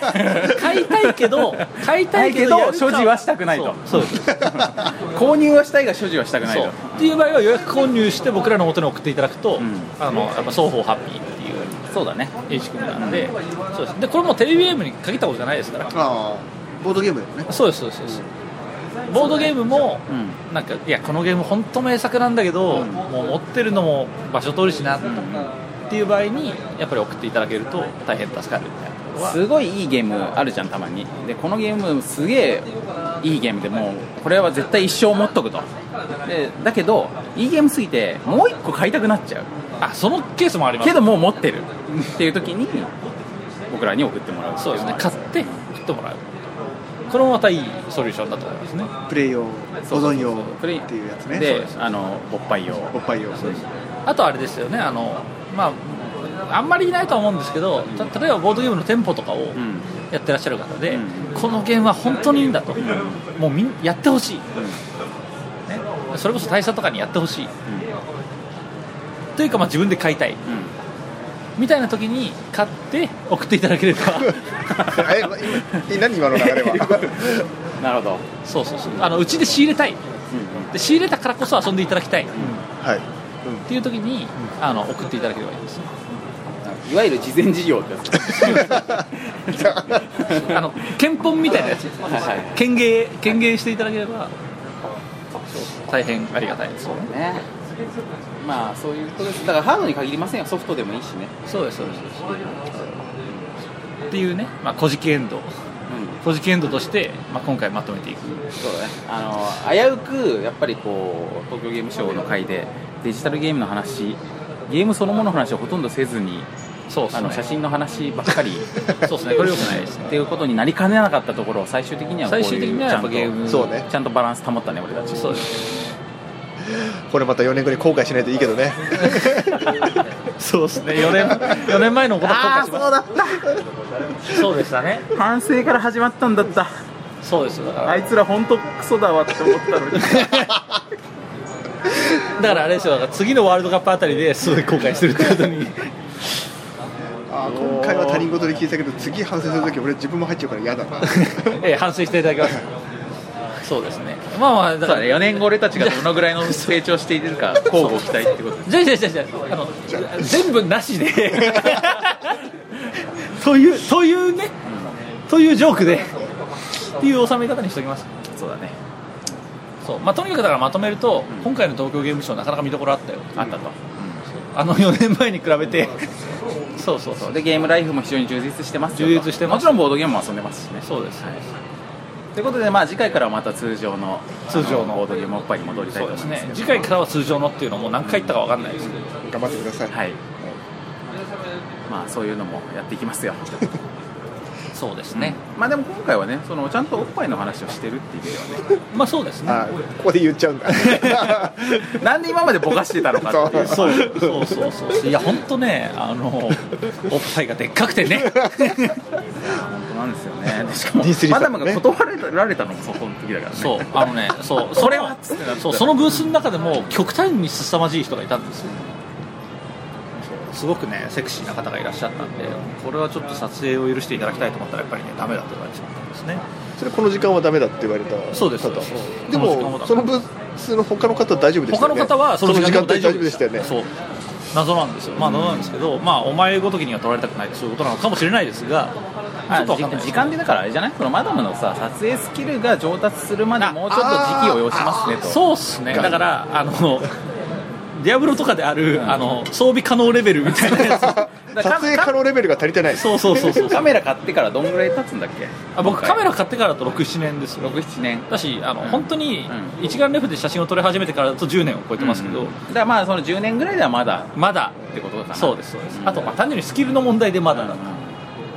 Speaker 3: 買いたいけど買いたいけど
Speaker 2: 買いたいけど所持はしたくないと
Speaker 3: そうそうです
Speaker 2: 購入はしたいが所持はしたくない
Speaker 3: そう
Speaker 2: と
Speaker 3: っていう場合は予約購入して僕らの元に送っていただくと、
Speaker 2: ん
Speaker 3: あのやっぱ双方ハッピーっていう
Speaker 2: そうだね
Speaker 3: いい仕組みなんで,、そうですでこれもテレビゲームに限ったことじゃないですから
Speaker 4: ああボードゲームだよね
Speaker 3: そうですそうですそうですボードゲームも、
Speaker 2: うん
Speaker 3: なんかいやこのゲーム本当名作なんだけど、もう持ってるのも場所取るしなっていう場合にやっぱり送っていただけると大変助かるみたいなところは
Speaker 2: すごいいいゲームあるじゃんたまにでこのゲームすげえいいゲームでもうこれは絶対一生持っとくとでだけどいいゲームすぎてもう一個買いたくなっちゃう
Speaker 3: あそのケースもあります
Speaker 2: けどもう持ってるっていう時に僕らに送ってもらうってい
Speaker 3: そうですね
Speaker 2: のが
Speaker 3: 買って送ってもらうこれもまたいいソリューションだと思いますね
Speaker 4: プレイ用保
Speaker 2: そうそうそう
Speaker 4: 存用
Speaker 2: プレイ
Speaker 4: っていうやつね
Speaker 2: であのおっぱい用
Speaker 4: おっぱい用
Speaker 3: あとあれですよねあのまああんまりいないとは思うんですけどた例えばボードゲームの店舗とかを
Speaker 2: うん
Speaker 3: やってらっしゃる方で、
Speaker 2: う
Speaker 3: このゲームは本当にいいんだと、もうみんやってほしい、ね、それこそ大佐とかにやってほしい、というかまあ自分で買いたい
Speaker 2: うん
Speaker 3: みたいな時に買って送っていただければ
Speaker 4: え今え何今の流れは
Speaker 2: なるほど
Speaker 3: そうそうそうあのうちで仕入れたいで仕入れたからこそ遊んでいただきたいっ
Speaker 4: はい
Speaker 3: ていう時にあの送っていただければいいです
Speaker 2: いわゆる事前事業って やつ
Speaker 3: あ の憲本みたいなやつ
Speaker 2: はいは
Speaker 3: 権限権限していただければ大変ありがたいですよね
Speaker 2: いねまあそういうことですだからハードに限りませんよソフトでもいいしね
Speaker 3: そうですそうですそうですっていうね、まあ、古事記エンド古事記エンドとして、まあ、今回まとめていく
Speaker 2: そうだねあの危うくやっぱりこう東京ゲームショウの回でデジタルゲームの話ゲームそのものの話をほとんどせずに
Speaker 3: そうです
Speaker 2: あ
Speaker 3: ね
Speaker 2: の写真の話ばっ かり
Speaker 3: そうですねこれ良くないです
Speaker 2: っていうことになりかねなかったところを最終的にはこういう
Speaker 3: 最終的にはやっぱゲーム
Speaker 2: ちゃんと
Speaker 4: そうね
Speaker 2: ちゃんとバランス保ったね俺たち
Speaker 3: そうです
Speaker 4: これまた4年後に後悔しないといいけど ね
Speaker 3: そうですね4年四年前のこと
Speaker 2: あ
Speaker 3: は
Speaker 2: あ
Speaker 3: 後
Speaker 2: そ
Speaker 3: 悔
Speaker 2: う
Speaker 3: しま
Speaker 2: だっ
Speaker 3: すそうでしたね
Speaker 2: た反省から始まったんだった
Speaker 3: そうですよだから
Speaker 2: あいつら本当クソだわって思ったのに
Speaker 3: だからあれですよだから次のワールドカップあたりですごい後悔するってこと に
Speaker 4: あー今回は他人事で聞いたけど次反省するとき俺自分も入っちゃうから嫌だな
Speaker 3: ええ反省していただきますそうですねまあまあだから
Speaker 2: 4年後俺たちがどのぐらいの成長しているか交互期待ってこと
Speaker 3: じゃあじゃあじゃあじゃああの全部なし でというというね、というジョークでっていう収め方にしておきます
Speaker 2: そうだね
Speaker 3: そう、まあ、とにかくだからまとめると、今回の東京ゲームショウなかなか見どころあったよ
Speaker 2: あったと
Speaker 3: あの4年前に比べてそうそうそう
Speaker 2: でゲームライフも非常に充実してますよ
Speaker 3: 充実してま
Speaker 2: も
Speaker 3: す
Speaker 2: ちろんボードゲームも遊んでますしね
Speaker 3: そうです、
Speaker 2: ということでまあ次回からはまた通常の
Speaker 3: 通常の
Speaker 2: あボードゲームおっぱいに戻りたい
Speaker 3: そ
Speaker 2: と
Speaker 3: う
Speaker 2: 思
Speaker 3: で
Speaker 2: いますす
Speaker 3: ね次回からは通常のっていうのも何回言ったか分かんないですけど
Speaker 4: 頑張ってください、
Speaker 2: はいまあそういうのもやっていきますよ
Speaker 3: そうですね
Speaker 2: まあでも今回はねそのちゃんとおっぱいの話をしてるっていう意味では
Speaker 3: まあそうですね
Speaker 4: あーここで言っちゃうん だ
Speaker 2: ねなんで今までぼかしてたのかっていう
Speaker 4: そ
Speaker 3: そうそうそうそういや本当ねあ のおっぱいがでっかくてね
Speaker 2: ことなんですよねでしかも
Speaker 4: D3
Speaker 2: マ
Speaker 4: さ
Speaker 2: ダ
Speaker 4: ん
Speaker 2: ム
Speaker 4: もね
Speaker 2: が断られたのもそこの時だからね
Speaker 3: そうあのねそうそ
Speaker 2: こ
Speaker 3: れ
Speaker 2: れ
Speaker 3: は
Speaker 2: はっつってなって
Speaker 3: そうそのブースの中でも極端に凄まじい人がいたんですよすごくねセクシーな方がいらっしゃったんでこれはちょっと撮影を許していただきたいと思ったらやっぱりねダメだと言われてしまったんですね
Speaker 4: それこの時間はダメだって言われた
Speaker 3: そうです
Speaker 4: 方
Speaker 3: そうです
Speaker 4: で
Speaker 3: この時間はダ
Speaker 4: も
Speaker 3: メ
Speaker 4: そのブースの他の方大丈夫でした
Speaker 3: 他
Speaker 4: よ
Speaker 3: の
Speaker 4: ね
Speaker 3: 方はそ
Speaker 4: そ
Speaker 3: の
Speaker 4: の
Speaker 3: 時
Speaker 4: 時
Speaker 3: 間
Speaker 4: 間
Speaker 3: 帯
Speaker 4: 帯
Speaker 3: 大丈
Speaker 4: 大
Speaker 3: 夫
Speaker 4: 丈夫
Speaker 3: でし
Speaker 4: でしたた
Speaker 3: よ
Speaker 4: よ
Speaker 3: ね
Speaker 4: ね
Speaker 3: そう謎なんですよまあ謎なんですけどまあお前ごときには取られたくないそういうことなのかもしれないですがちょ
Speaker 2: あ
Speaker 3: っとわかんないです
Speaker 2: 時間でだからあれじゃないこのマダムのさ撮影スキルが上達するまでもうちょっと時期を要しますねと
Speaker 3: そうっすねだからあのディアブロとかである、あの装備可能レベルみたいな やつ
Speaker 2: だ
Speaker 4: 撮
Speaker 2: から
Speaker 4: 影可能レベルが足りてない
Speaker 3: そうそうそうそう
Speaker 2: カメラ買ってからどんぐらい経つんだっけ
Speaker 3: あ僕カメ
Speaker 2: ラ
Speaker 3: ラ買ってからだと67年ですよ
Speaker 2: 67年
Speaker 3: だしあの、
Speaker 2: うん
Speaker 3: 本当に
Speaker 2: う
Speaker 3: 一眼レフで写真を撮り始めてからだと10年を超えてますけ
Speaker 2: う
Speaker 3: ど、
Speaker 2: んだからまあその10年ぐらいではまだ
Speaker 3: まだ
Speaker 2: ってことかな
Speaker 3: そうですそうです、
Speaker 2: ん
Speaker 3: あと、まあ、単純にスキルの問題でまだだ
Speaker 2: うん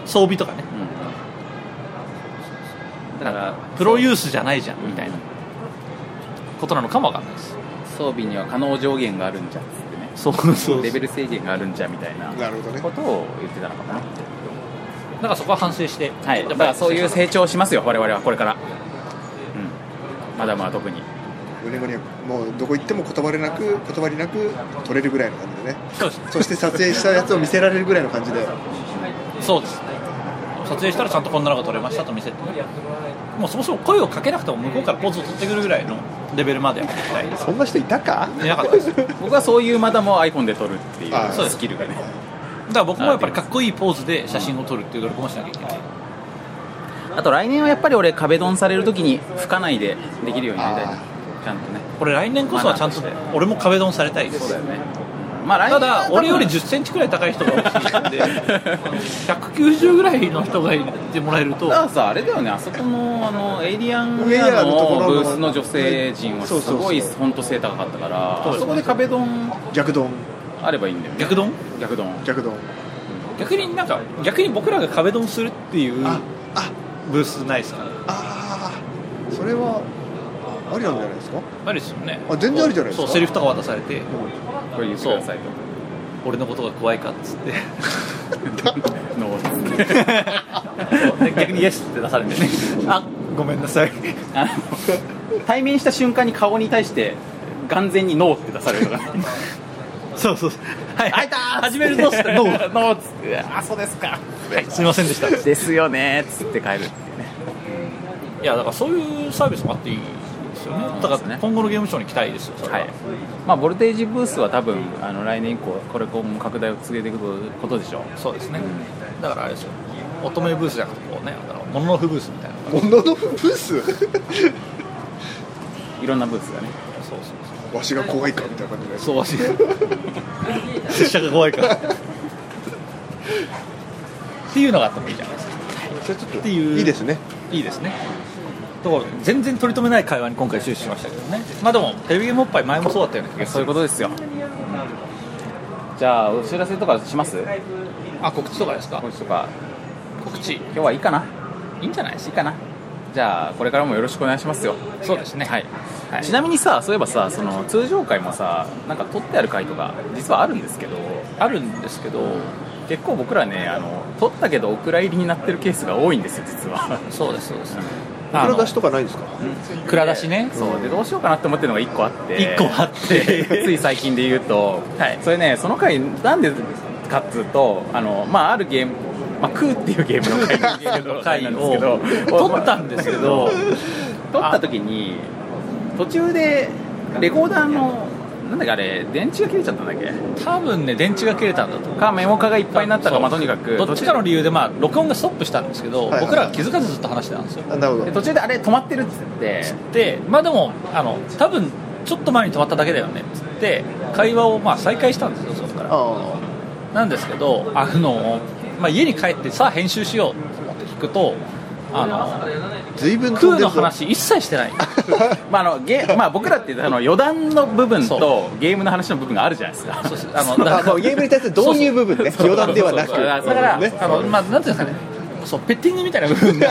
Speaker 3: 装備とかね
Speaker 2: だから
Speaker 3: プロユースじゃないじゃん
Speaker 2: そう
Speaker 3: みたいなことなのかもわかんないです
Speaker 2: 装備には可能上限があるんじゃっつってね
Speaker 3: そうそう
Speaker 2: レベル制限があるんじゃみたいな
Speaker 4: なるほどね
Speaker 2: ことを言ってたのかなって
Speaker 3: だからそこは反省して
Speaker 2: はい、だからそういう成長をしますよ、我々はこれから。うん、まだまだ特に。
Speaker 4: 4年後にはもうどこ行っても断れなく断りなく撮れるぐらいの感じでね
Speaker 3: そうです
Speaker 4: そして撮影したやつを見せられるぐらいの感じで
Speaker 3: そうです撮影したらちゃんとこんなのが撮れましたと見せてもうそもそも声をかけなくても向こうからポーズを取ってくるぐらいのレベルまでやっていきたいです
Speaker 4: そんな人いたか
Speaker 3: いなかったですだか
Speaker 2: 僕はそういうまだも iPhone で撮るってい
Speaker 4: あ
Speaker 2: う
Speaker 4: そう
Speaker 3: です
Speaker 2: スキルがね。
Speaker 3: ら僕もやっぱりかっこいいポーズで写真を撮るっていう努力もしなきゃいけない
Speaker 2: あと来年はやっぱり俺、壁ドンされるときに吹かないでできるようになりたいな
Speaker 4: あ。
Speaker 2: ちゃんとね。
Speaker 3: これ来年こそはちゃんと俺も壁ドンされたいで
Speaker 2: そう
Speaker 3: す
Speaker 2: だよね。まあ来
Speaker 3: た
Speaker 2: 年
Speaker 3: だ俺より1 0ンチくらい高い人が欲しい んで190ぐらいの人がいてもらえると
Speaker 2: だからさ、あれだよね、あそこのあのエイリアンウ
Speaker 4: ウ
Speaker 2: ェ
Speaker 4: ェ
Speaker 2: ア
Speaker 4: アのとこ
Speaker 2: の
Speaker 4: ろの
Speaker 2: ブースの女性陣はす
Speaker 4: そうそう
Speaker 2: ご
Speaker 4: そ
Speaker 2: いう本当背高かったから、
Speaker 3: そう
Speaker 2: あ
Speaker 3: です
Speaker 2: そこで壁ドン
Speaker 4: 逆ドン
Speaker 2: あればいいんだよね。
Speaker 3: 逆ドン
Speaker 2: 逆ドン。
Speaker 4: 逆ドン
Speaker 3: 逆になんか逆に僕らが壁ドンするっていう
Speaker 4: ああ
Speaker 3: ブースないですかね
Speaker 4: ああそれはありなんじゃないですか
Speaker 3: ありですよね
Speaker 4: あ全然ありじゃないですか
Speaker 3: そうセリフとか渡されて
Speaker 2: これ言ってくださいと。
Speaker 3: 俺のことが怖いかっつって
Speaker 2: ノー
Speaker 3: そう逆にイエスって出されてねあごめんなさい
Speaker 2: あの対面した瞬間に顔に対して眼前にノーって出される から、ね、
Speaker 3: そうそうそうはい
Speaker 2: 開いたー
Speaker 3: 始める ぞっつって
Speaker 2: ノ
Speaker 3: ノ
Speaker 2: ー
Speaker 3: ー
Speaker 2: ノーっつってあそうですか
Speaker 3: すいませんでしたい
Speaker 2: ですよねーっつって帰る
Speaker 3: やだからそういうサービスもあっていいですよねだ
Speaker 2: そう
Speaker 3: か
Speaker 2: ですね
Speaker 3: ら今後のゲームショーに期待ですよそれは
Speaker 2: はいまあボルテージブースは多分あの来年以降これ今後も拡大を続けていくことでしょう
Speaker 3: そうですね、だからあれですよ乙女ブースじゃなくてこうねあのモノノフブースみたいなのが
Speaker 4: もののブース
Speaker 2: いろんなブースがね
Speaker 3: そうそう
Speaker 4: わしが怖いかみたいな感じで
Speaker 3: そうそうし拙者が怖いからっていうのがあってもいいじゃないですか
Speaker 4: それちょっと
Speaker 3: っていう
Speaker 4: いいですね
Speaker 3: いいですねところで全然取り留めない会話に今回終始しましたけどねまあでもテレビゲームおっぱい前もそうだったよね
Speaker 2: そういうことですよじゃあお知らせとかします
Speaker 3: あ告知とかですか
Speaker 2: 今週とか
Speaker 3: 告知い
Speaker 2: 今日はいいかない
Speaker 3: んじゃないです
Speaker 2: いいかなじゃあこれからもよろしくお願いしますよ
Speaker 3: そうですね
Speaker 2: はい
Speaker 3: はい
Speaker 2: ちなみにさそういえばさその通常回もさなんか撮ってある回とか実はあるんですけど
Speaker 3: あるんですけど
Speaker 2: 結構僕らねあの撮ったけどお蔵入りになってるケースが多いんですよ実は
Speaker 3: そうですそうですあの
Speaker 4: 黒出しとかないんですか
Speaker 3: 蔵出しね
Speaker 2: そうでどうしようかなって思ってるのが1個あって
Speaker 3: 1個あって
Speaker 2: つい最近で言うと、
Speaker 3: はい
Speaker 2: それねその回なんでかっつうとあの、まあ、あるゲームまあ、クーっていうゲームの回なんですけど
Speaker 3: 回
Speaker 2: なんですけ
Speaker 3: を
Speaker 2: ど
Speaker 3: 撮ったんですけど
Speaker 2: 撮った時に途中でレコーダーのなんだかあれ電池が切れちゃったんだっけ
Speaker 3: 多分ね電池が切れたんだと思う
Speaker 2: かメモ化がいっぱいになったか、まあ、とにかく
Speaker 3: どっちかの理由で、まあ、録音がストップしたんですけど、
Speaker 4: はい
Speaker 3: 僕らは気づかずずっと話してたんですよ
Speaker 4: あなるほ
Speaker 2: で
Speaker 4: ど
Speaker 2: 途中であれ止まってるっつって
Speaker 3: でまあでもあの多分ちょっと前に止まっただけだよねっつって会話をまあ再開したんですよそこから
Speaker 4: あ
Speaker 3: なんですけどあの、まあ、家に帰ってさあ編集しようと思って聞くとあの
Speaker 4: あ随分飛ん
Speaker 3: 空
Speaker 4: で
Speaker 3: の
Speaker 4: るぞ
Speaker 3: 話一切して ない
Speaker 2: まああのゲ まあ、僕らってあの余談の部分と
Speaker 3: そ
Speaker 2: ゲームの話の部分があるじゃないですか
Speaker 3: そうですあのだ
Speaker 4: あ
Speaker 3: か
Speaker 4: もう
Speaker 3: ら
Speaker 4: ゲームに対する導入部分ね
Speaker 3: そうそう
Speaker 4: 余談ではなく
Speaker 2: そうそうそう
Speaker 3: だから、
Speaker 4: ね
Speaker 3: あのまあ、なんていうんですかね、そうペッティングみたいな部分 が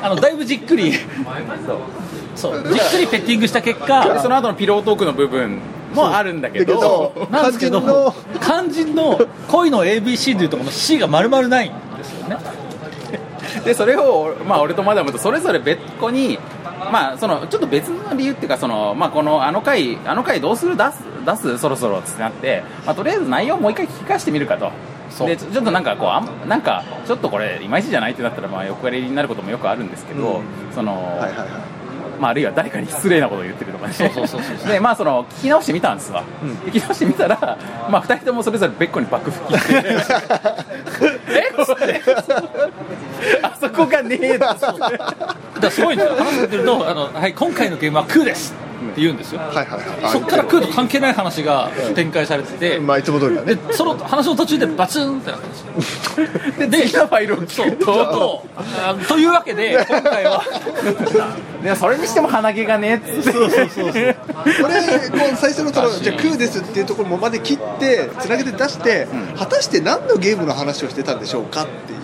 Speaker 3: あのだいぶじっくりそうじっくりペッティングした結
Speaker 2: で
Speaker 3: 果
Speaker 2: その後のピロートークの部分もあるんだけ
Speaker 4: だけ
Speaker 2: ど
Speaker 4: ど
Speaker 3: なんですけど
Speaker 4: 肝
Speaker 3: 肝心の恋の ABC というところの C が丸々ないんですよね
Speaker 2: でそれを、まあ、俺とマダムとそれぞれ別個に、まあ、そのちょっと別の理由っていうかその、まあ、このあの回あの回どうする出す出すそろそろってなって、まあ、とりあえず内容をもう一回聞き返してみるかと。
Speaker 3: そう
Speaker 2: でちょちょっとなんかこうあんなんかちょっとこれいまいちじゃないってなったらまあ横借りになることもよくあるんですけど、その、
Speaker 4: はいはいはい
Speaker 2: まあ、あるいは誰かに失礼なことを言ってるとかね
Speaker 3: そうそうそうそう
Speaker 2: でまあその聞き直してみたんですわ、で聞き直してみたら、まあ、2人ともそれぞれ別個に爆吹きして えっつってあそこがねえだ
Speaker 3: だからすごいんですよ話してるとあの、はい、今回のゲームは空ですって言うんですよ、
Speaker 4: はいはいはい
Speaker 3: そこから食うと関係ない話が展開されてて、
Speaker 4: まあいつも通りだね
Speaker 3: その話の途中でバツンってなったんですよででファイルをそうとうあというわけで今回は
Speaker 2: でそれにしても鼻毛がねっつって
Speaker 4: これもう最初のところじゃあ「クーです」っていうところまで切ってつなげて出して、果たして何のゲームの話をしてたんでしょうかっていう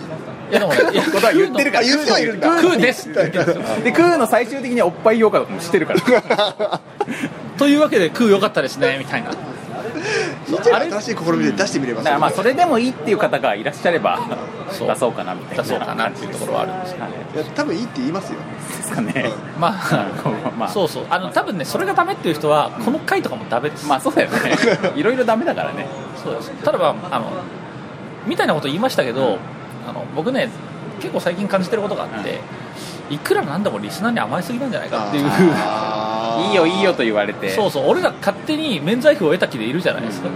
Speaker 3: いやでもねいや
Speaker 2: ことは言ってるから
Speaker 4: あ言ってはいるんだ
Speaker 3: 食うですって言ってるんですよ
Speaker 2: で食うの最終的にはおっぱい評価とかもしてるから
Speaker 3: というわけで食うよかったですねみたいない
Speaker 4: いじゃん新しい試みで出してみれば
Speaker 2: だからまあそ
Speaker 4: れ
Speaker 2: れでもいいっていう方がいらっしゃれば
Speaker 3: そう
Speaker 2: 出そうかなみたいな
Speaker 3: 出そうかなっていうところはあるんです
Speaker 2: はい
Speaker 4: いや多分いいって言いますよ
Speaker 2: ですかね
Speaker 3: ま
Speaker 2: こう ま
Speaker 3: あ
Speaker 2: あ
Speaker 3: そうそうあの多分ねそれがダメっていう人はこの回とかもダメです、
Speaker 2: まあそうだよね いろいろダメだからね
Speaker 3: そうですただまああのみたいなこと言いましたけど、あの僕ね結構最近感じてることがあって、いくらなんでもリスナーに甘えすぎなんじゃないかっていう
Speaker 2: いいよいいよと言われて
Speaker 3: そうそう俺ら勝手に免罪符を得た気でいるじゃないですか、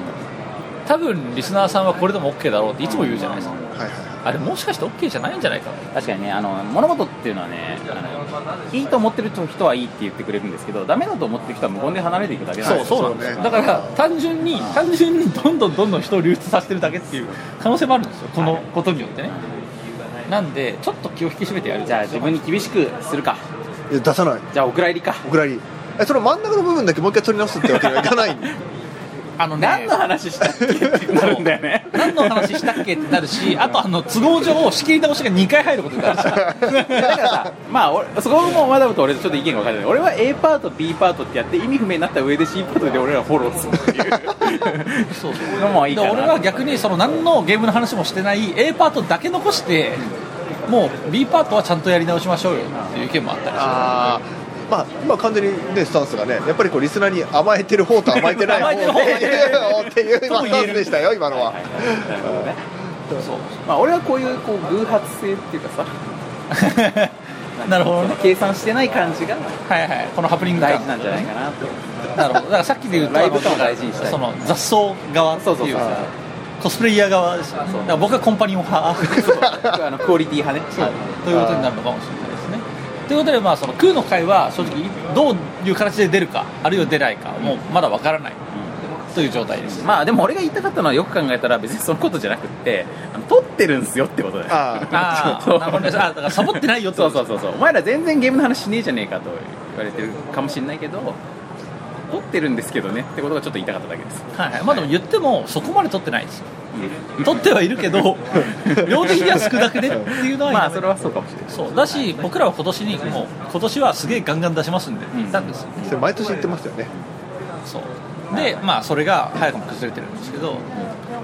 Speaker 3: 多分リスナーさんはこれでも OK だろうっていつも言うじゃないですか、
Speaker 4: はいは
Speaker 3: あれもしかして OK じゃないんじゃないか
Speaker 2: 確かにねあの物事っていうのはねあのいいと思ってる人はいいって言ってくれるんですけどダメだと思ってる人は無言で離れていくだけなんですよ
Speaker 4: そうそうなんですよ
Speaker 3: だから単純に単純にどんどんどんどん人を流出させてるだけっていう可能性もあるんですよこのことによってね、なんでちょっと気を引き締めてやる
Speaker 2: じゃあ自分に厳しくするか
Speaker 4: いいや出さない
Speaker 2: じゃあお蔵入りか
Speaker 4: お蔵入りえその真ん中の部分だけもう一回取り直すってわけにはいかないんで
Speaker 3: あのね
Speaker 2: 何の話したっけってなるんだよね
Speaker 3: 何の話したっけってなるし、あとあの都合上、仕切り直しが2回入ることになるし、
Speaker 2: だからさ、まあ、俺そこもマダムと俺とちょっと意見が分かれてない俺は A パート B パートってやって意味不明になった上で C パートで俺らフォローするっていう
Speaker 3: そうそう
Speaker 2: のもいい
Speaker 3: で
Speaker 2: かな
Speaker 3: 俺は逆にその何のゲームの話もしてない A パートだけ残して、もう B パートはちゃんとやり直しましょうよっていう意見も あったりして。
Speaker 4: あーまあ今完全にねスタンスがねやっぱりこうリスナーに甘えてる方と甘えてない方
Speaker 3: 甘えてる方
Speaker 4: っていう っていう今スタンスでしたよ今のは
Speaker 2: なるほどねまあ、俺はこういうこう偶発性っていうかさ
Speaker 3: なるほどね
Speaker 2: 計算してない感じが
Speaker 3: はいはい、このハプニング
Speaker 2: 大
Speaker 3: 感
Speaker 2: 事なんじゃないかなと
Speaker 3: なるほどだからさっきで言うと
Speaker 2: ライブ感を大事にしたい
Speaker 3: その雑草側って
Speaker 2: そうそう
Speaker 3: い
Speaker 2: そうう
Speaker 3: コスプレイヤー側ですよねだから僕はコンパニオ ン派
Speaker 2: あのクオリティ派ね
Speaker 3: そうということになるのかもしれないですね。ということで、まあ、その空の会は正直どういう形で出るかあるいは出ないかもうまだわからないという状態です。
Speaker 2: まあでも俺が言いたかったのはよく考えたら別にそのことじゃなくってあの撮ってるんですよってことだよ
Speaker 4: あー
Speaker 3: ああ、なるほどねあだからサ ボってないよって
Speaker 2: そ
Speaker 3: こ
Speaker 2: うそ
Speaker 3: と
Speaker 2: うそうそうお前ら全然ゲームの話しねえじゃねえかと言われてるかもしれないけど撮ってるんですけどねってことがちょっと言いたかっただけです
Speaker 3: はいはい、まあでも言ってもそこまで取ってないですよ。取ってはいるけ ど量的には少なくねっていうのは
Speaker 2: まあそれはそうかもしれない
Speaker 3: そうだし僕らは今年にもう今年はすげえガンガン出しますんで、
Speaker 2: ん
Speaker 3: なんですよ
Speaker 4: それ毎年言ってますよね
Speaker 3: そうでまあそれが早くも崩れてるんですけど、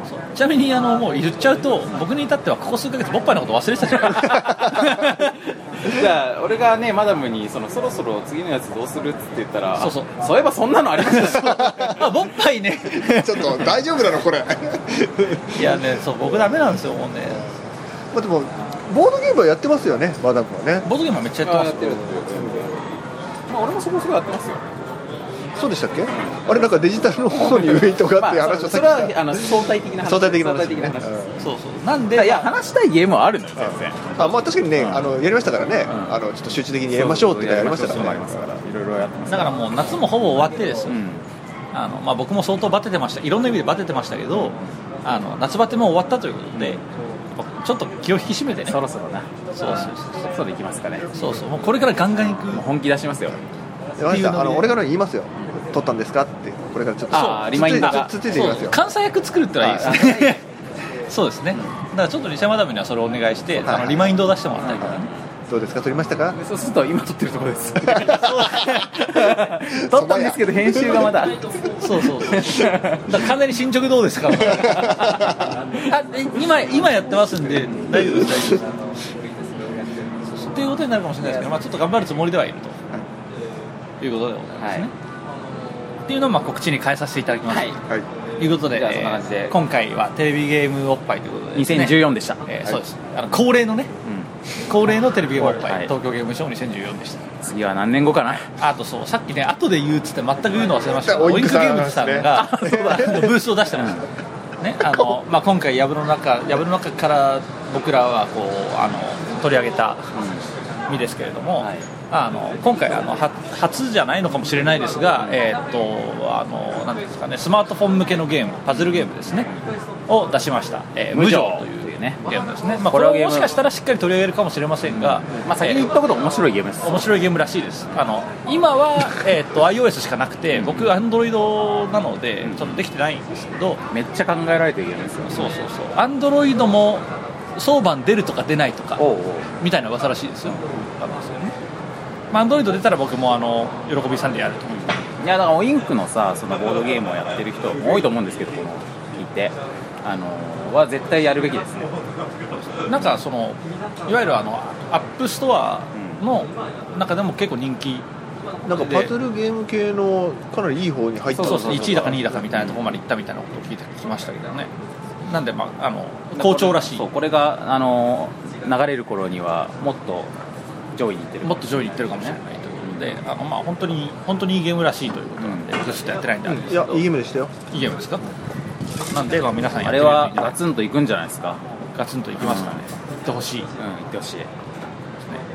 Speaker 3: そうちなみにあのもう言っちゃうと僕に至ってはここ数ヶ月ボッパイのこと忘れてたじゃないですか
Speaker 2: じゃあ俺がねマダムにそのそろそろ次のやつどうするっつって言ったら
Speaker 3: そうそう
Speaker 2: あそういえばそんなの ありましたね
Speaker 3: あボッパイね
Speaker 4: ちょっと大丈夫なのこれ
Speaker 3: いやねそう僕ダメなんですよもうね
Speaker 4: まあでもボードゲームはやってますよねマダムはね
Speaker 3: ボードゲームはめっちゃやっ
Speaker 2: あ
Speaker 3: てま
Speaker 2: やっ
Speaker 3: す
Speaker 2: てるやってるまあ俺もそこそこやってますよ
Speaker 4: そうでしたっけあれなんかデジタルの方にウェイトがっていう
Speaker 2: まあ
Speaker 4: 話を
Speaker 2: そ
Speaker 4: さっ
Speaker 2: それ
Speaker 4: きした
Speaker 2: はあの相対的な話
Speaker 4: 相対的な話
Speaker 2: 相対的な話
Speaker 4: うん
Speaker 3: そうそうなん
Speaker 2: でい
Speaker 3: で
Speaker 2: や話したいゲームはあるのよ全然
Speaker 4: あまあ確かにね、
Speaker 2: ん
Speaker 4: あのやりましたからね、
Speaker 2: ん
Speaker 4: あのちょっと集中的にやりましょうっていうのやりましたからね
Speaker 2: やりましょうっていうのもありますからいろいろやってます
Speaker 3: だからもう夏もほぼ終わってですよ、
Speaker 2: うん
Speaker 3: あのまあ、僕も相当バテてましたいろんな意味でバテてましたけどあの夏バテも終わったということで、ちょっと気を引き締めてね
Speaker 2: そろそろな
Speaker 3: そうそうそう
Speaker 2: そろそろいきますかね
Speaker 3: そうそうもうこれからガンガンいく
Speaker 2: もう本気出しますよ
Speaker 3: っ
Speaker 4: 山下さんあ
Speaker 3: ていうの
Speaker 4: の
Speaker 3: で
Speaker 4: 俺から言いますよ撮ったんですかってこれからちょっと
Speaker 2: あ
Speaker 4: そう
Speaker 2: リマインダー
Speaker 4: つつついていきます
Speaker 3: そう
Speaker 4: よ
Speaker 3: 関西役作るってのはいいですね そうですねだからちょっと西山ダムにはそれをお願いして、
Speaker 4: はいはい
Speaker 3: あのリマインドを出してもらったりとかね、
Speaker 4: どうですか撮りましたか
Speaker 2: でそうすると今撮ってるところです撮ったんですけど編集がまだ
Speaker 3: そうそうそうだから完全に進捗どうですかあで今今やってますんで大丈夫です大丈夫ですそうそうっていうことになるかもしれないですけど、まあ、ちょっと頑張るつもりではいると、い、うことでございますね、
Speaker 2: はい
Speaker 3: っていうのをまあ告知に変えさせていただきます、
Speaker 2: はい
Speaker 4: はい
Speaker 3: ということで
Speaker 2: じゃあそんな感じで
Speaker 3: えー今回はテレビゲームおっぱいということでです、ね、
Speaker 2: 2014でした
Speaker 3: えーそうですあの恒例のね恒例のテレビゲームおっぱい、
Speaker 2: はい
Speaker 3: 東京ゲームショウ2014でし
Speaker 2: 次は何年後かな
Speaker 3: たあとそうさっきね後で言うっつって全く言うの忘れましたけど
Speaker 4: オイン
Speaker 3: オインク
Speaker 4: ク
Speaker 3: ゲ
Speaker 4: さん
Speaker 3: ームズさんが
Speaker 2: ですねあそうだ
Speaker 3: あのブースを出してました、ねあのまあ、今回藪の中藪の中から僕らはこうあの取り上げた身ですけれども、
Speaker 2: はい
Speaker 3: あの今回あのは初じゃないのかもしれないですが、えーっとあのなんていうんですかね、スマートフォン向けのゲームパズルゲームですねを出しました、えー無情という
Speaker 2: というね
Speaker 3: ゲームですね、ま
Speaker 2: こ
Speaker 3: あ、こ
Speaker 2: れ
Speaker 3: れ
Speaker 2: は
Speaker 3: を
Speaker 2: ゲーム
Speaker 3: もしかしたらしっかり取り上げるかもしれませんが、
Speaker 2: まあ、先に言ったこと面白いゲームです、
Speaker 3: 面白いゲームらしいですあの今は、えーっと iOS しかなくて僕 Android なのでちょっとできてないんですけど
Speaker 2: めっちゃ考えられてるゲームですよ
Speaker 3: そうそうそう Android も早晩出るとか出ないとか
Speaker 2: おうおう
Speaker 3: みたいな噂らしいですよあのまあ、アンドロイド出たら僕もあの喜びさんでやると
Speaker 2: いやだからインクのさそのボードゲームをやってる人も多いと思うんですけどこの聞いてあのは絶対やるべきですね
Speaker 3: なんかそのいわゆるあのアップストアの中でも結構人気
Speaker 4: なんかパズルゲーム系のかなりいい方に入った
Speaker 3: そうそ
Speaker 2: そう
Speaker 3: う1位だか2位だかみたいなところまで行ったみたいなことを聞いてきましたけどねなんでまああの
Speaker 2: だから
Speaker 3: 好調らしい
Speaker 2: そうこれがあの流れる頃にはもっと上位にいってる
Speaker 3: もっと上位に行ってるかもしれないということであのまあ本当に本当にいいゲームらしいということなんで僕はちょっとやってないんであれです
Speaker 4: い
Speaker 3: けど
Speaker 4: やいいゲームでしたよ
Speaker 3: いいゲームですかなんでまあ皆さんや
Speaker 2: あ
Speaker 3: って
Speaker 2: れ
Speaker 3: み
Speaker 2: は
Speaker 3: て
Speaker 2: ガツンといくんじゃないですか
Speaker 3: ガツンといきましたね行ってほしい
Speaker 2: うん行ってほしい
Speaker 3: ですね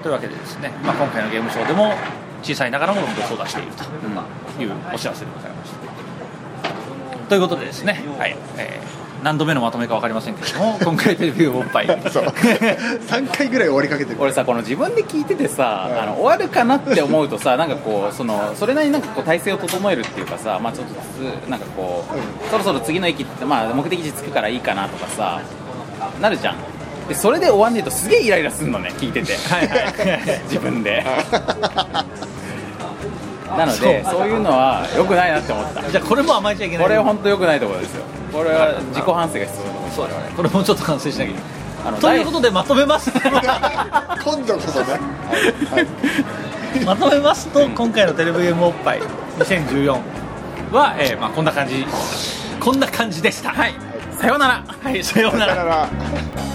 Speaker 3: というわけでですね、まあ、今回のゲームショーでも小さいながらもどんどん操作していると
Speaker 2: うん
Speaker 3: いうお知らせでございましたということでですね、はいえー何度目のまとめか分かりませんけれど も今回テレビをおっぱい
Speaker 4: そう3回ぐらい終わりかけてる
Speaker 2: 俺さこの自分で聞いててさ、あの終わるかなって思うとさ なんかこうそのそれなりになんかこう体勢を整えるっていうかさ、まあ、ちょっとずつなんかこう、
Speaker 4: う
Speaker 2: そろそろ次の駅って、まあ、目的地着くからいいかなとかさなるじゃんでそれで終わんねえとすげえイライラするのね聞いててはいはい 自分 でなのでそういうのはよくないなって思った
Speaker 3: じゃあこれも甘えちゃいけない
Speaker 2: これは本当よくないところですよこれは自己反省が必要だと思う
Speaker 3: そうだよねこれもちょっと完成しなきゃいけ
Speaker 2: あ
Speaker 3: な
Speaker 2: の
Speaker 3: いということでまとめます
Speaker 4: 今度こそね
Speaker 3: まとめますと今回のテレビゲームおっぱい2014は、えーまあ、こんな感じこんな感じでしたはいさようならはいさような
Speaker 4: だ
Speaker 3: ら
Speaker 4: から